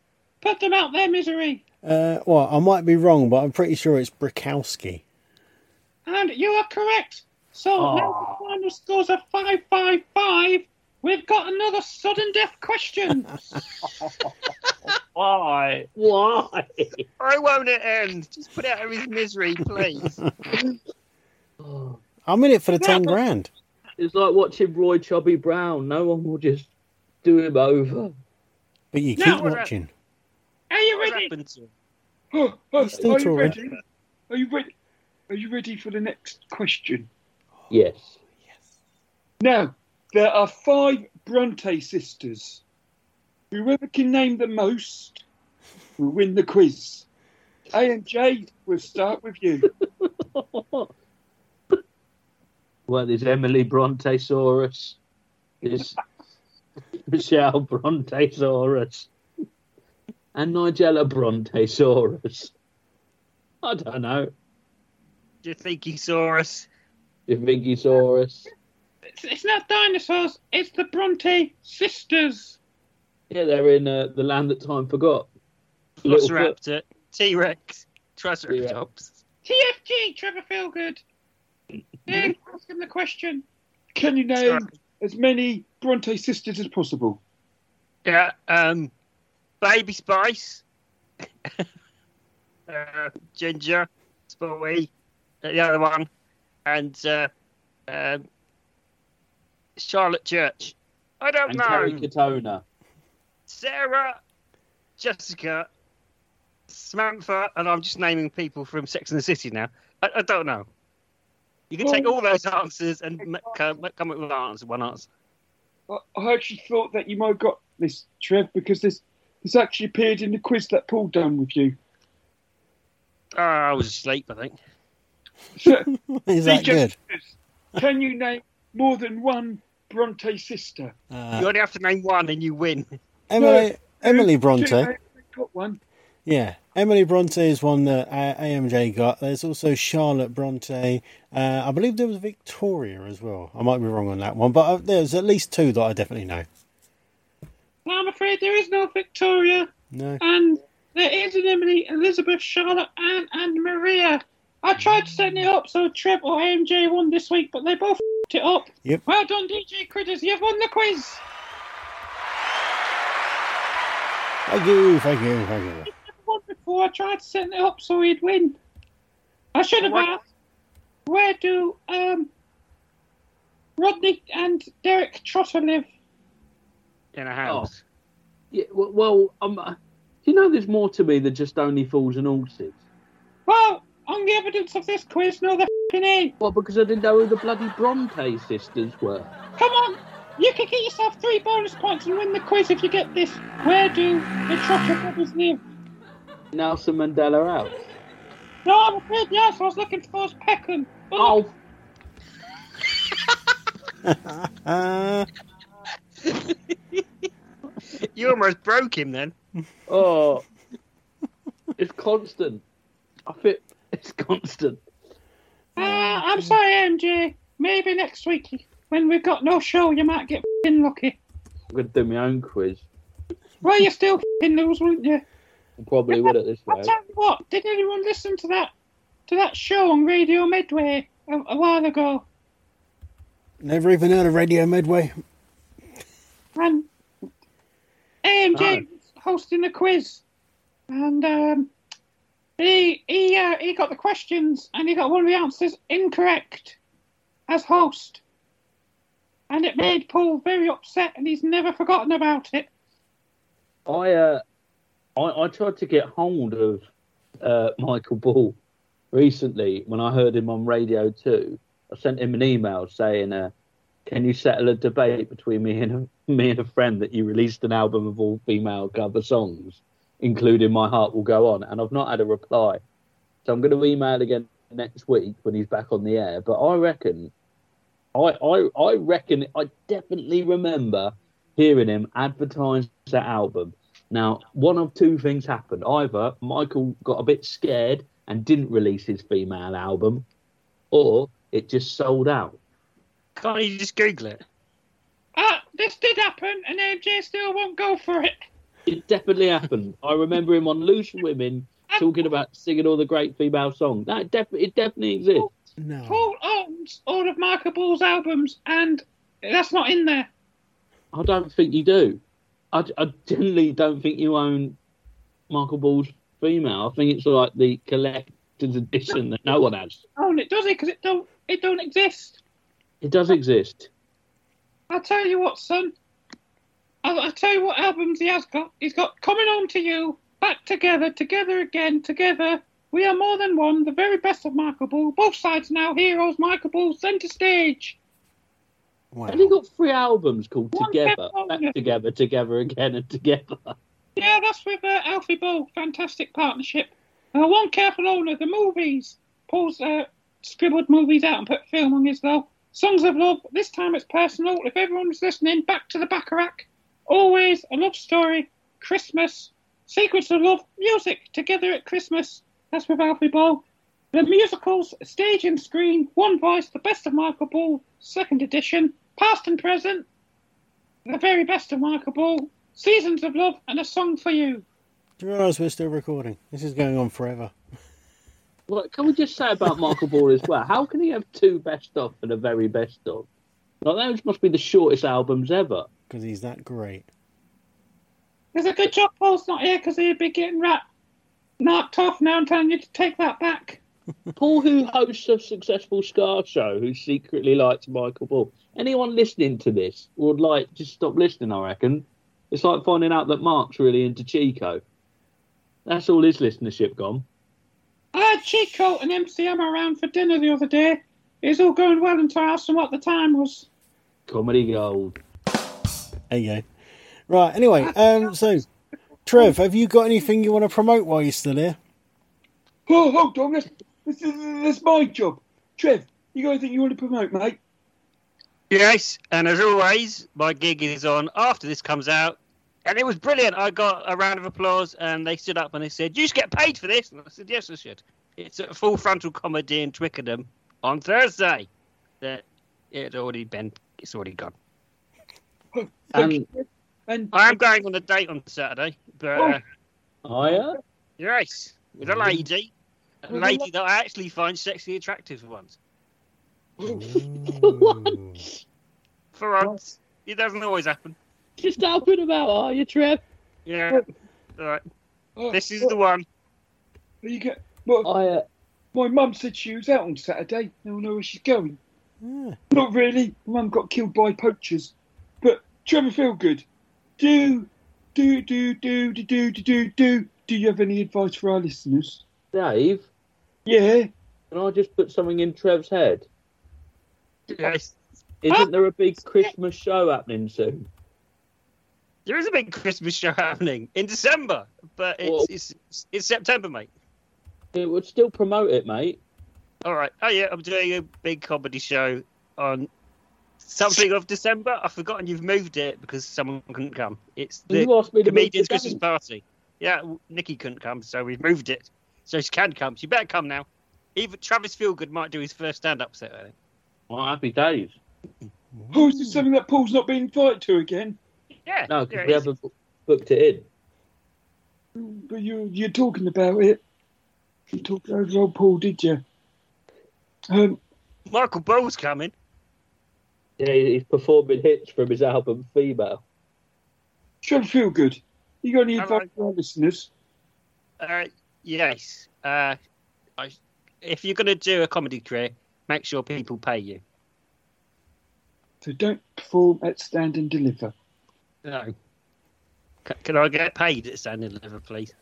[SPEAKER 9] put them out their misery.
[SPEAKER 3] Uh, well, I might be wrong, but I'm pretty sure it's Brakowski.
[SPEAKER 9] And you are correct. So now the final scores are 5 5 5. We've got another sudden death question.
[SPEAKER 5] Why? Why?
[SPEAKER 8] Why won't it end? Just put it out of his misery, please.
[SPEAKER 5] Oh.
[SPEAKER 3] I'm in it for the
[SPEAKER 9] Yeah,
[SPEAKER 3] 10
[SPEAKER 9] but-
[SPEAKER 3] grand.
[SPEAKER 5] It's like watching Roy Chubby Brown. No one will just do him over.
[SPEAKER 3] But you
[SPEAKER 9] No,
[SPEAKER 3] keep
[SPEAKER 8] we're at-
[SPEAKER 3] watching.
[SPEAKER 9] Are you
[SPEAKER 8] What
[SPEAKER 9] ready?
[SPEAKER 8] happened to him?
[SPEAKER 9] Oh, oh,
[SPEAKER 3] He's still
[SPEAKER 9] <gasps> are you
[SPEAKER 3] touring.
[SPEAKER 9] ready? Are you ready? Are you ready for the next question?
[SPEAKER 5] Yes.
[SPEAKER 9] Now, there are five Bronte sisters. Whoever can name the most will win the quiz. A and J, we'll start with you.
[SPEAKER 5] Well, there's Emily Brontesaurus. There's <laughs> Michelle Brontesaurus. And Nigella Brontesaurus. I don't know.
[SPEAKER 8] Do you think he saw us?
[SPEAKER 5] Vingisaurus.
[SPEAKER 9] It's, it's not dinosaurs, it's the Bronte sisters.
[SPEAKER 5] Yeah, they're in uh, The Land That Time Forgot. Littlefoot.
[SPEAKER 8] Velociraptor, T Rex, Triceratops.
[SPEAKER 9] TFG, Trevor <laughs> Feelgood. Nick, ask him the question. Can you name as many Bronte sisters as possible?
[SPEAKER 8] Yeah, um, Baby Spice, <laughs> uh, Ginger, Spowie, the other one, and uh, um, Charlotte Church. I don't
[SPEAKER 5] And
[SPEAKER 8] know.
[SPEAKER 5] Carrie Katona.
[SPEAKER 8] Sarah, Jessica, Samantha, and I'm just naming people from Sex and the City now. I, I don't know. You can take all those answers and m- come, come up with an answer, one answer.
[SPEAKER 9] I I actually thought that you might have got this, Trev, because this this actually appeared in the quiz that Paul done
[SPEAKER 3] <laughs>
[SPEAKER 9] with you.
[SPEAKER 8] Oh, I was asleep, I think.
[SPEAKER 9] So,
[SPEAKER 3] <laughs> Is that
[SPEAKER 9] DJ,
[SPEAKER 3] good?
[SPEAKER 9] Can you name more than one Bronte sister?
[SPEAKER 8] you
[SPEAKER 3] Uh,
[SPEAKER 8] only have to name one and you win.
[SPEAKER 3] Emily, Emily
[SPEAKER 9] Two,
[SPEAKER 3] Bronte.
[SPEAKER 9] I got one.
[SPEAKER 3] Yeah, Emily Bronte is one that uh, AMJ got. There's also Charlotte Bronte. Uh, I believe there was Victoria as well. I might be wrong on that one, but uh, there's at least two that I definitely know.
[SPEAKER 4] Well, I'm afraid there is no Victoria,
[SPEAKER 3] No.
[SPEAKER 4] and there isn't Emily, Elizabeth, Charlotte, Anne, and Maria. I tried to set it up so Trev or AMJ won this week, but they both f***ed it up.
[SPEAKER 3] Yep.
[SPEAKER 4] Well done, DJ Critters. You've won the quiz.
[SPEAKER 3] Thank you, thank you, thank you.
[SPEAKER 4] Won before I tried to set it up so he'd win. I should have
[SPEAKER 8] What?
[SPEAKER 4] asked, where do um, Rodney and Derek Trotter live?
[SPEAKER 8] in a house.
[SPEAKER 5] Yeah, w- well, um, uh, you know, there's more to me than just only fools and horses.
[SPEAKER 4] Well, on the evidence of this quiz, no, they f***ing ain't.
[SPEAKER 5] Well, because I didn't know who the bloody Bronte sisters were.
[SPEAKER 4] Come on, you can get yourself three bonus points and win the quiz if you get this. Where do the Trotter brothers live?
[SPEAKER 5] Nelson Mandela out.
[SPEAKER 4] No, I'm afraid the answer I was looking for was Peckham. But look,
[SPEAKER 5] Oh,
[SPEAKER 3] Uh,
[SPEAKER 8] You almost broke him then.
[SPEAKER 5] oh, it's constant. I feel it's constant.
[SPEAKER 4] uh, I'm sorry, MJ. Maybe next week, when we've got no show, you might get f***ing lucky.
[SPEAKER 5] I'm gonna do my own quiz.
[SPEAKER 4] Well, you still f***ing lose, wouldn't you?
[SPEAKER 5] I probably would at this
[SPEAKER 4] I'll
[SPEAKER 5] rate.
[SPEAKER 4] tell you what, did anyone listen to that to that show on Radio Midway a, a while ago?
[SPEAKER 3] never even heard of Radio Midway.
[SPEAKER 4] and AMJ
[SPEAKER 5] Aye.
[SPEAKER 4] was hosting a quiz, and um, he he uh, he got the questions and he got one of the answers incorrect as host, and it made Paul very upset, and he's never forgotten about it.
[SPEAKER 5] I, uh, I I tried to get hold of uh, Michael Ball recently when I heard him on Radio Two. I sent him an email saying, uh, "Can you settle a debate between me and a, <laughs> me and a friend that you released an album of all female cover songs, including My Heart Will Go On?" And I've not had a reply, so I'm going to email again next week when he's back on the air. But I reckon, I I, I reckon I definitely remember hearing him advertise that album. Now, one of two things happened. Either Michael got a bit scared and didn't release his female album, or it just sold out.
[SPEAKER 8] Can't you just Google it?
[SPEAKER 4] Ah, this did happen, and AMJ still won't go for it.
[SPEAKER 5] It definitely happened. I remember him on Loose Women talking about singing all the great female songs. That def- it definitely exists.
[SPEAKER 3] No.
[SPEAKER 4] Paul owns all of Michael Ball's albums, and that's not in there.
[SPEAKER 5] I don't think you do. I, I generally don't think you own Michael Ball's female. I think it's like the collector's edition that no one has.
[SPEAKER 4] Own Oh, it does it? Because it don't it don't exist.
[SPEAKER 5] It does exist.
[SPEAKER 4] I'll tell you what, son. I'll, I'll tell you what albums he has got. He's got Coming Home to You, Back Together, Together Again, Together, We Are More Than One, The Very Best of Michael Bull, Both Sides Now, Heroes, Michael Bull, Centre Stage.
[SPEAKER 5] Have you
[SPEAKER 3] Wow.
[SPEAKER 5] got three albums called
[SPEAKER 4] One
[SPEAKER 5] Together,
[SPEAKER 4] album.
[SPEAKER 5] Back Together, Together Again, and Together? <laughs>
[SPEAKER 4] Yeah, that's with uh, Alfie Bull. Fantastic partnership. Uh, one Careful Owner, The Movies. Paul's uh, scribbled movies out and put film on his, though. Songs of Love, this time it's personal. If everyone's listening, Back to the Bacharach. Always a love story. Christmas. Secrets of Love, music together at Christmas. That's with Alfie Ball. The musicals, stage and screen, one voice, the best of Michael Ball, second edition, past and present, the very best of Michael Ball, seasons of love, and a song for you.
[SPEAKER 3] Do you realise we're still recording? This is going on forever.
[SPEAKER 5] What can we just say about Michael Ball as well? How can he have two best of and a very best of? Like those must be the shortest albums ever.
[SPEAKER 3] Because he's that great.
[SPEAKER 4] There's a good job Paul's not here because he'd be getting rat knocked off now. I'm telling you to take that back.
[SPEAKER 5] Paul, who hosts a successful Scar show, who secretly likes Michael Ball. Anyone listening to this would like just stop listening. I reckon it's like finding out that Mark's really into Chico. That's all his listenership gone.
[SPEAKER 4] I had Chico and MCM around for dinner the other day. It was all going well until I asked them what the time was.
[SPEAKER 5] Comedy gold.
[SPEAKER 3] There you go. Right, anyway, um, so, Trev, have you got anything you want to promote while you're still
[SPEAKER 5] <laughs>
[SPEAKER 3] here?
[SPEAKER 6] Oh, hold on. That's, this is that's my job. Trev, you got anything you want to promote, mate?
[SPEAKER 8] Yes, and as always, my gig is on after this comes out, and it was brilliant. I got a round of applause, and they stood up and they said, "You should get paid for this." And I said, "Yes, I should." It's a full frontal comedy in Twickenham on Thursday. That it had already been, it's already gone.
[SPEAKER 5] And
[SPEAKER 6] And, And
[SPEAKER 8] Um, I am going on a date on Saturday, but uh,
[SPEAKER 5] Oh yeah.
[SPEAKER 8] yes, with a lady, a
[SPEAKER 6] With a
[SPEAKER 8] lady that I actually find sexually attractive once.
[SPEAKER 3] Ooh.
[SPEAKER 8] For once, it doesn't always happen.
[SPEAKER 5] Just open about, are you, Trev?
[SPEAKER 8] Yeah, all right.
[SPEAKER 6] uh,
[SPEAKER 8] This is the one.
[SPEAKER 6] you get. Well,
[SPEAKER 5] I uh,
[SPEAKER 6] my mum said she was out on Saturday. No one know where she's going.
[SPEAKER 3] Yeah.
[SPEAKER 6] Not really. My mum got killed by poachers. But Trevor Feelgood, do do do do do do do do do. Do you have any advice for our listeners?
[SPEAKER 5] Dave,
[SPEAKER 6] Yeah.
[SPEAKER 5] can I just put something in Trev's head?
[SPEAKER 8] Yes.
[SPEAKER 5] Isn't there a big Christmas show happening soon?
[SPEAKER 8] There is a big Christmas show happening in December, but
[SPEAKER 5] Well-
[SPEAKER 8] it's it's, it's September, mate.
[SPEAKER 5] It would still promote it, mate.
[SPEAKER 8] All right. Oh yeah, I'm doing a big comedy show on something of December. I've forgotten you've moved it because someone couldn't come. It's the
[SPEAKER 5] you asked me to move
[SPEAKER 8] comedians'
[SPEAKER 5] the
[SPEAKER 8] Christmas
[SPEAKER 5] date.
[SPEAKER 8] party. Yeah, w- Nikki couldn't come, so we've moved it. So she can come. She better come now. Even Travis Feelgood might do his first stand-up set. I think.
[SPEAKER 5] Well, happy days.
[SPEAKER 6] Oh, is this something that Paul's not being invited to again?
[SPEAKER 8] Yeah.
[SPEAKER 5] No, because
[SPEAKER 8] yeah,
[SPEAKER 5] we
[SPEAKER 8] it's-
[SPEAKER 5] haven't bu- booked it in.
[SPEAKER 6] But you you're talking about it. You talked over old Paul, did you? Um,
[SPEAKER 8] Michael Ball's coming.
[SPEAKER 5] Yeah, he- he's performing hits from his album Female.
[SPEAKER 6] Trevor Feelgood, you got any
[SPEAKER 8] Hello.
[SPEAKER 6] advice for our listeners?
[SPEAKER 8] Uh, yes. Uh, I, if you're going to do a comedy career, make sure people pay you.
[SPEAKER 6] So don't perform at stand and deliver.
[SPEAKER 8] No. C- can I get paid at Stand and Deliver, please?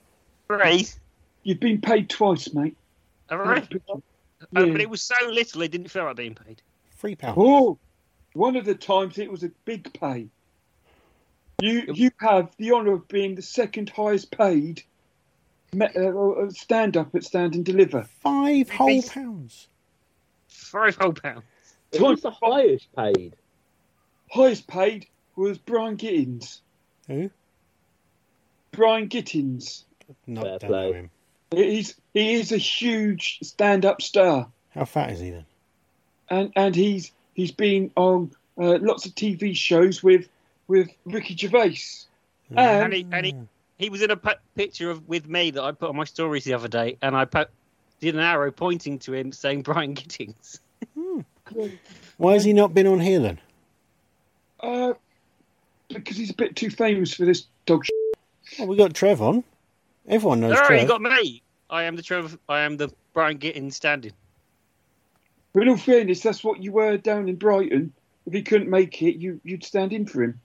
[SPEAKER 8] Please.
[SPEAKER 6] You've been paid twice, mate.
[SPEAKER 8] All right.
[SPEAKER 6] Oh,
[SPEAKER 8] Oh,
[SPEAKER 6] yeah.
[SPEAKER 8] but it was so little, it didn't feel like being paid.
[SPEAKER 3] Free pound.
[SPEAKER 6] Oh, one of the times it was a big pay. You you have the honour of being the second highest paid me- uh, stand up at Stand and Deliver.
[SPEAKER 3] Five whole
[SPEAKER 8] Please.
[SPEAKER 3] pounds.
[SPEAKER 8] Five whole pounds.
[SPEAKER 5] It was the highest paid.
[SPEAKER 6] Highest paid was Brian Gittins.
[SPEAKER 3] Who?
[SPEAKER 6] Brian Gittins.
[SPEAKER 3] Not
[SPEAKER 5] Fair
[SPEAKER 3] don't
[SPEAKER 5] play.
[SPEAKER 3] know him.
[SPEAKER 6] He's he is a huge stand up star.
[SPEAKER 3] How fat is he then?
[SPEAKER 6] and and he's he's been on uh, lots of TV shows with with Ricky Gervais.
[SPEAKER 8] And
[SPEAKER 6] And
[SPEAKER 8] he, and he, he was in a pu- picture of with me that I put on my stories the other day, and I put, did an arrow pointing to him saying Brian Gittings.
[SPEAKER 3] Why has he not been on here then?
[SPEAKER 6] uh, because he's a bit too famous for this dog shit.
[SPEAKER 3] Well, we got Trev on. Everyone knows
[SPEAKER 8] Oh,
[SPEAKER 3] Trev.
[SPEAKER 8] you got me. I am the Trevor. I am the Brian Gittings standing.
[SPEAKER 6] But in all fairness, that's what you were down in Brighton. If he couldn't make it, you you'd stand in for him.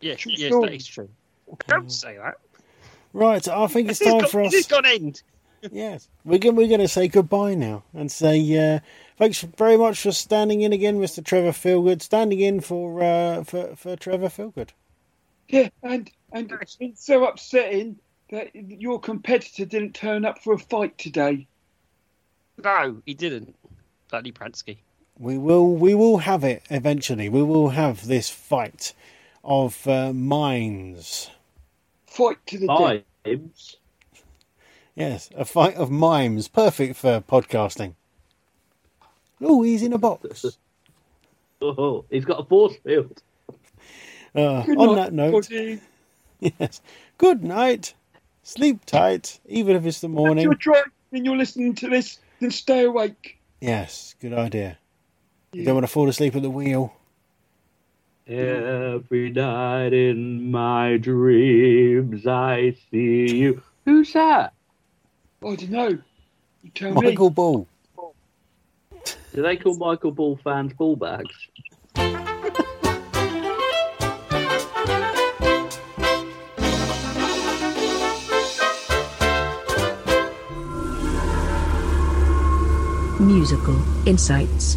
[SPEAKER 8] Yes,
[SPEAKER 6] True
[SPEAKER 8] yes,
[SPEAKER 6] story.
[SPEAKER 8] that is true. Don't say that.
[SPEAKER 3] Right, I think
[SPEAKER 8] <laughs>
[SPEAKER 3] it's time for us.
[SPEAKER 8] This got end.
[SPEAKER 3] Yes, we're going, we're going to say goodbye now and say uh, thanks very much for standing in again, Mr. Trevor Feelgood. Standing in for uh, for for Trevor Feelgood.
[SPEAKER 6] Yeah, and and it's so upsetting that your competitor didn't turn up for a fight today.
[SPEAKER 8] No, he didn't. Bloody Pransky.
[SPEAKER 3] We will we will have it eventually. We will have this fight of uh, minds.
[SPEAKER 6] Fight to the death.
[SPEAKER 5] Times.
[SPEAKER 3] Yes, a fight of mimes, perfect for podcasting. Oh, he's in a box.
[SPEAKER 5] Oh, he's got a force field.
[SPEAKER 3] Uh,
[SPEAKER 6] Good
[SPEAKER 3] on
[SPEAKER 6] night,
[SPEAKER 3] that note,
[SPEAKER 6] everybody.
[SPEAKER 3] <laughs> yes. Good night. Sleep tight, even if it's the
[SPEAKER 6] if you're
[SPEAKER 3] morning.
[SPEAKER 6] driving and you're listening to this, then stay awake.
[SPEAKER 3] Yes, good idea. You don't want to fall asleep at the wheel.
[SPEAKER 5] Every night in my dreams, I see you. Who's that?
[SPEAKER 6] I don't know. You tell me.
[SPEAKER 3] Michael Ball.
[SPEAKER 5] Do they call Michael Ball fans ball bags?
[SPEAKER 10] Musical Insights.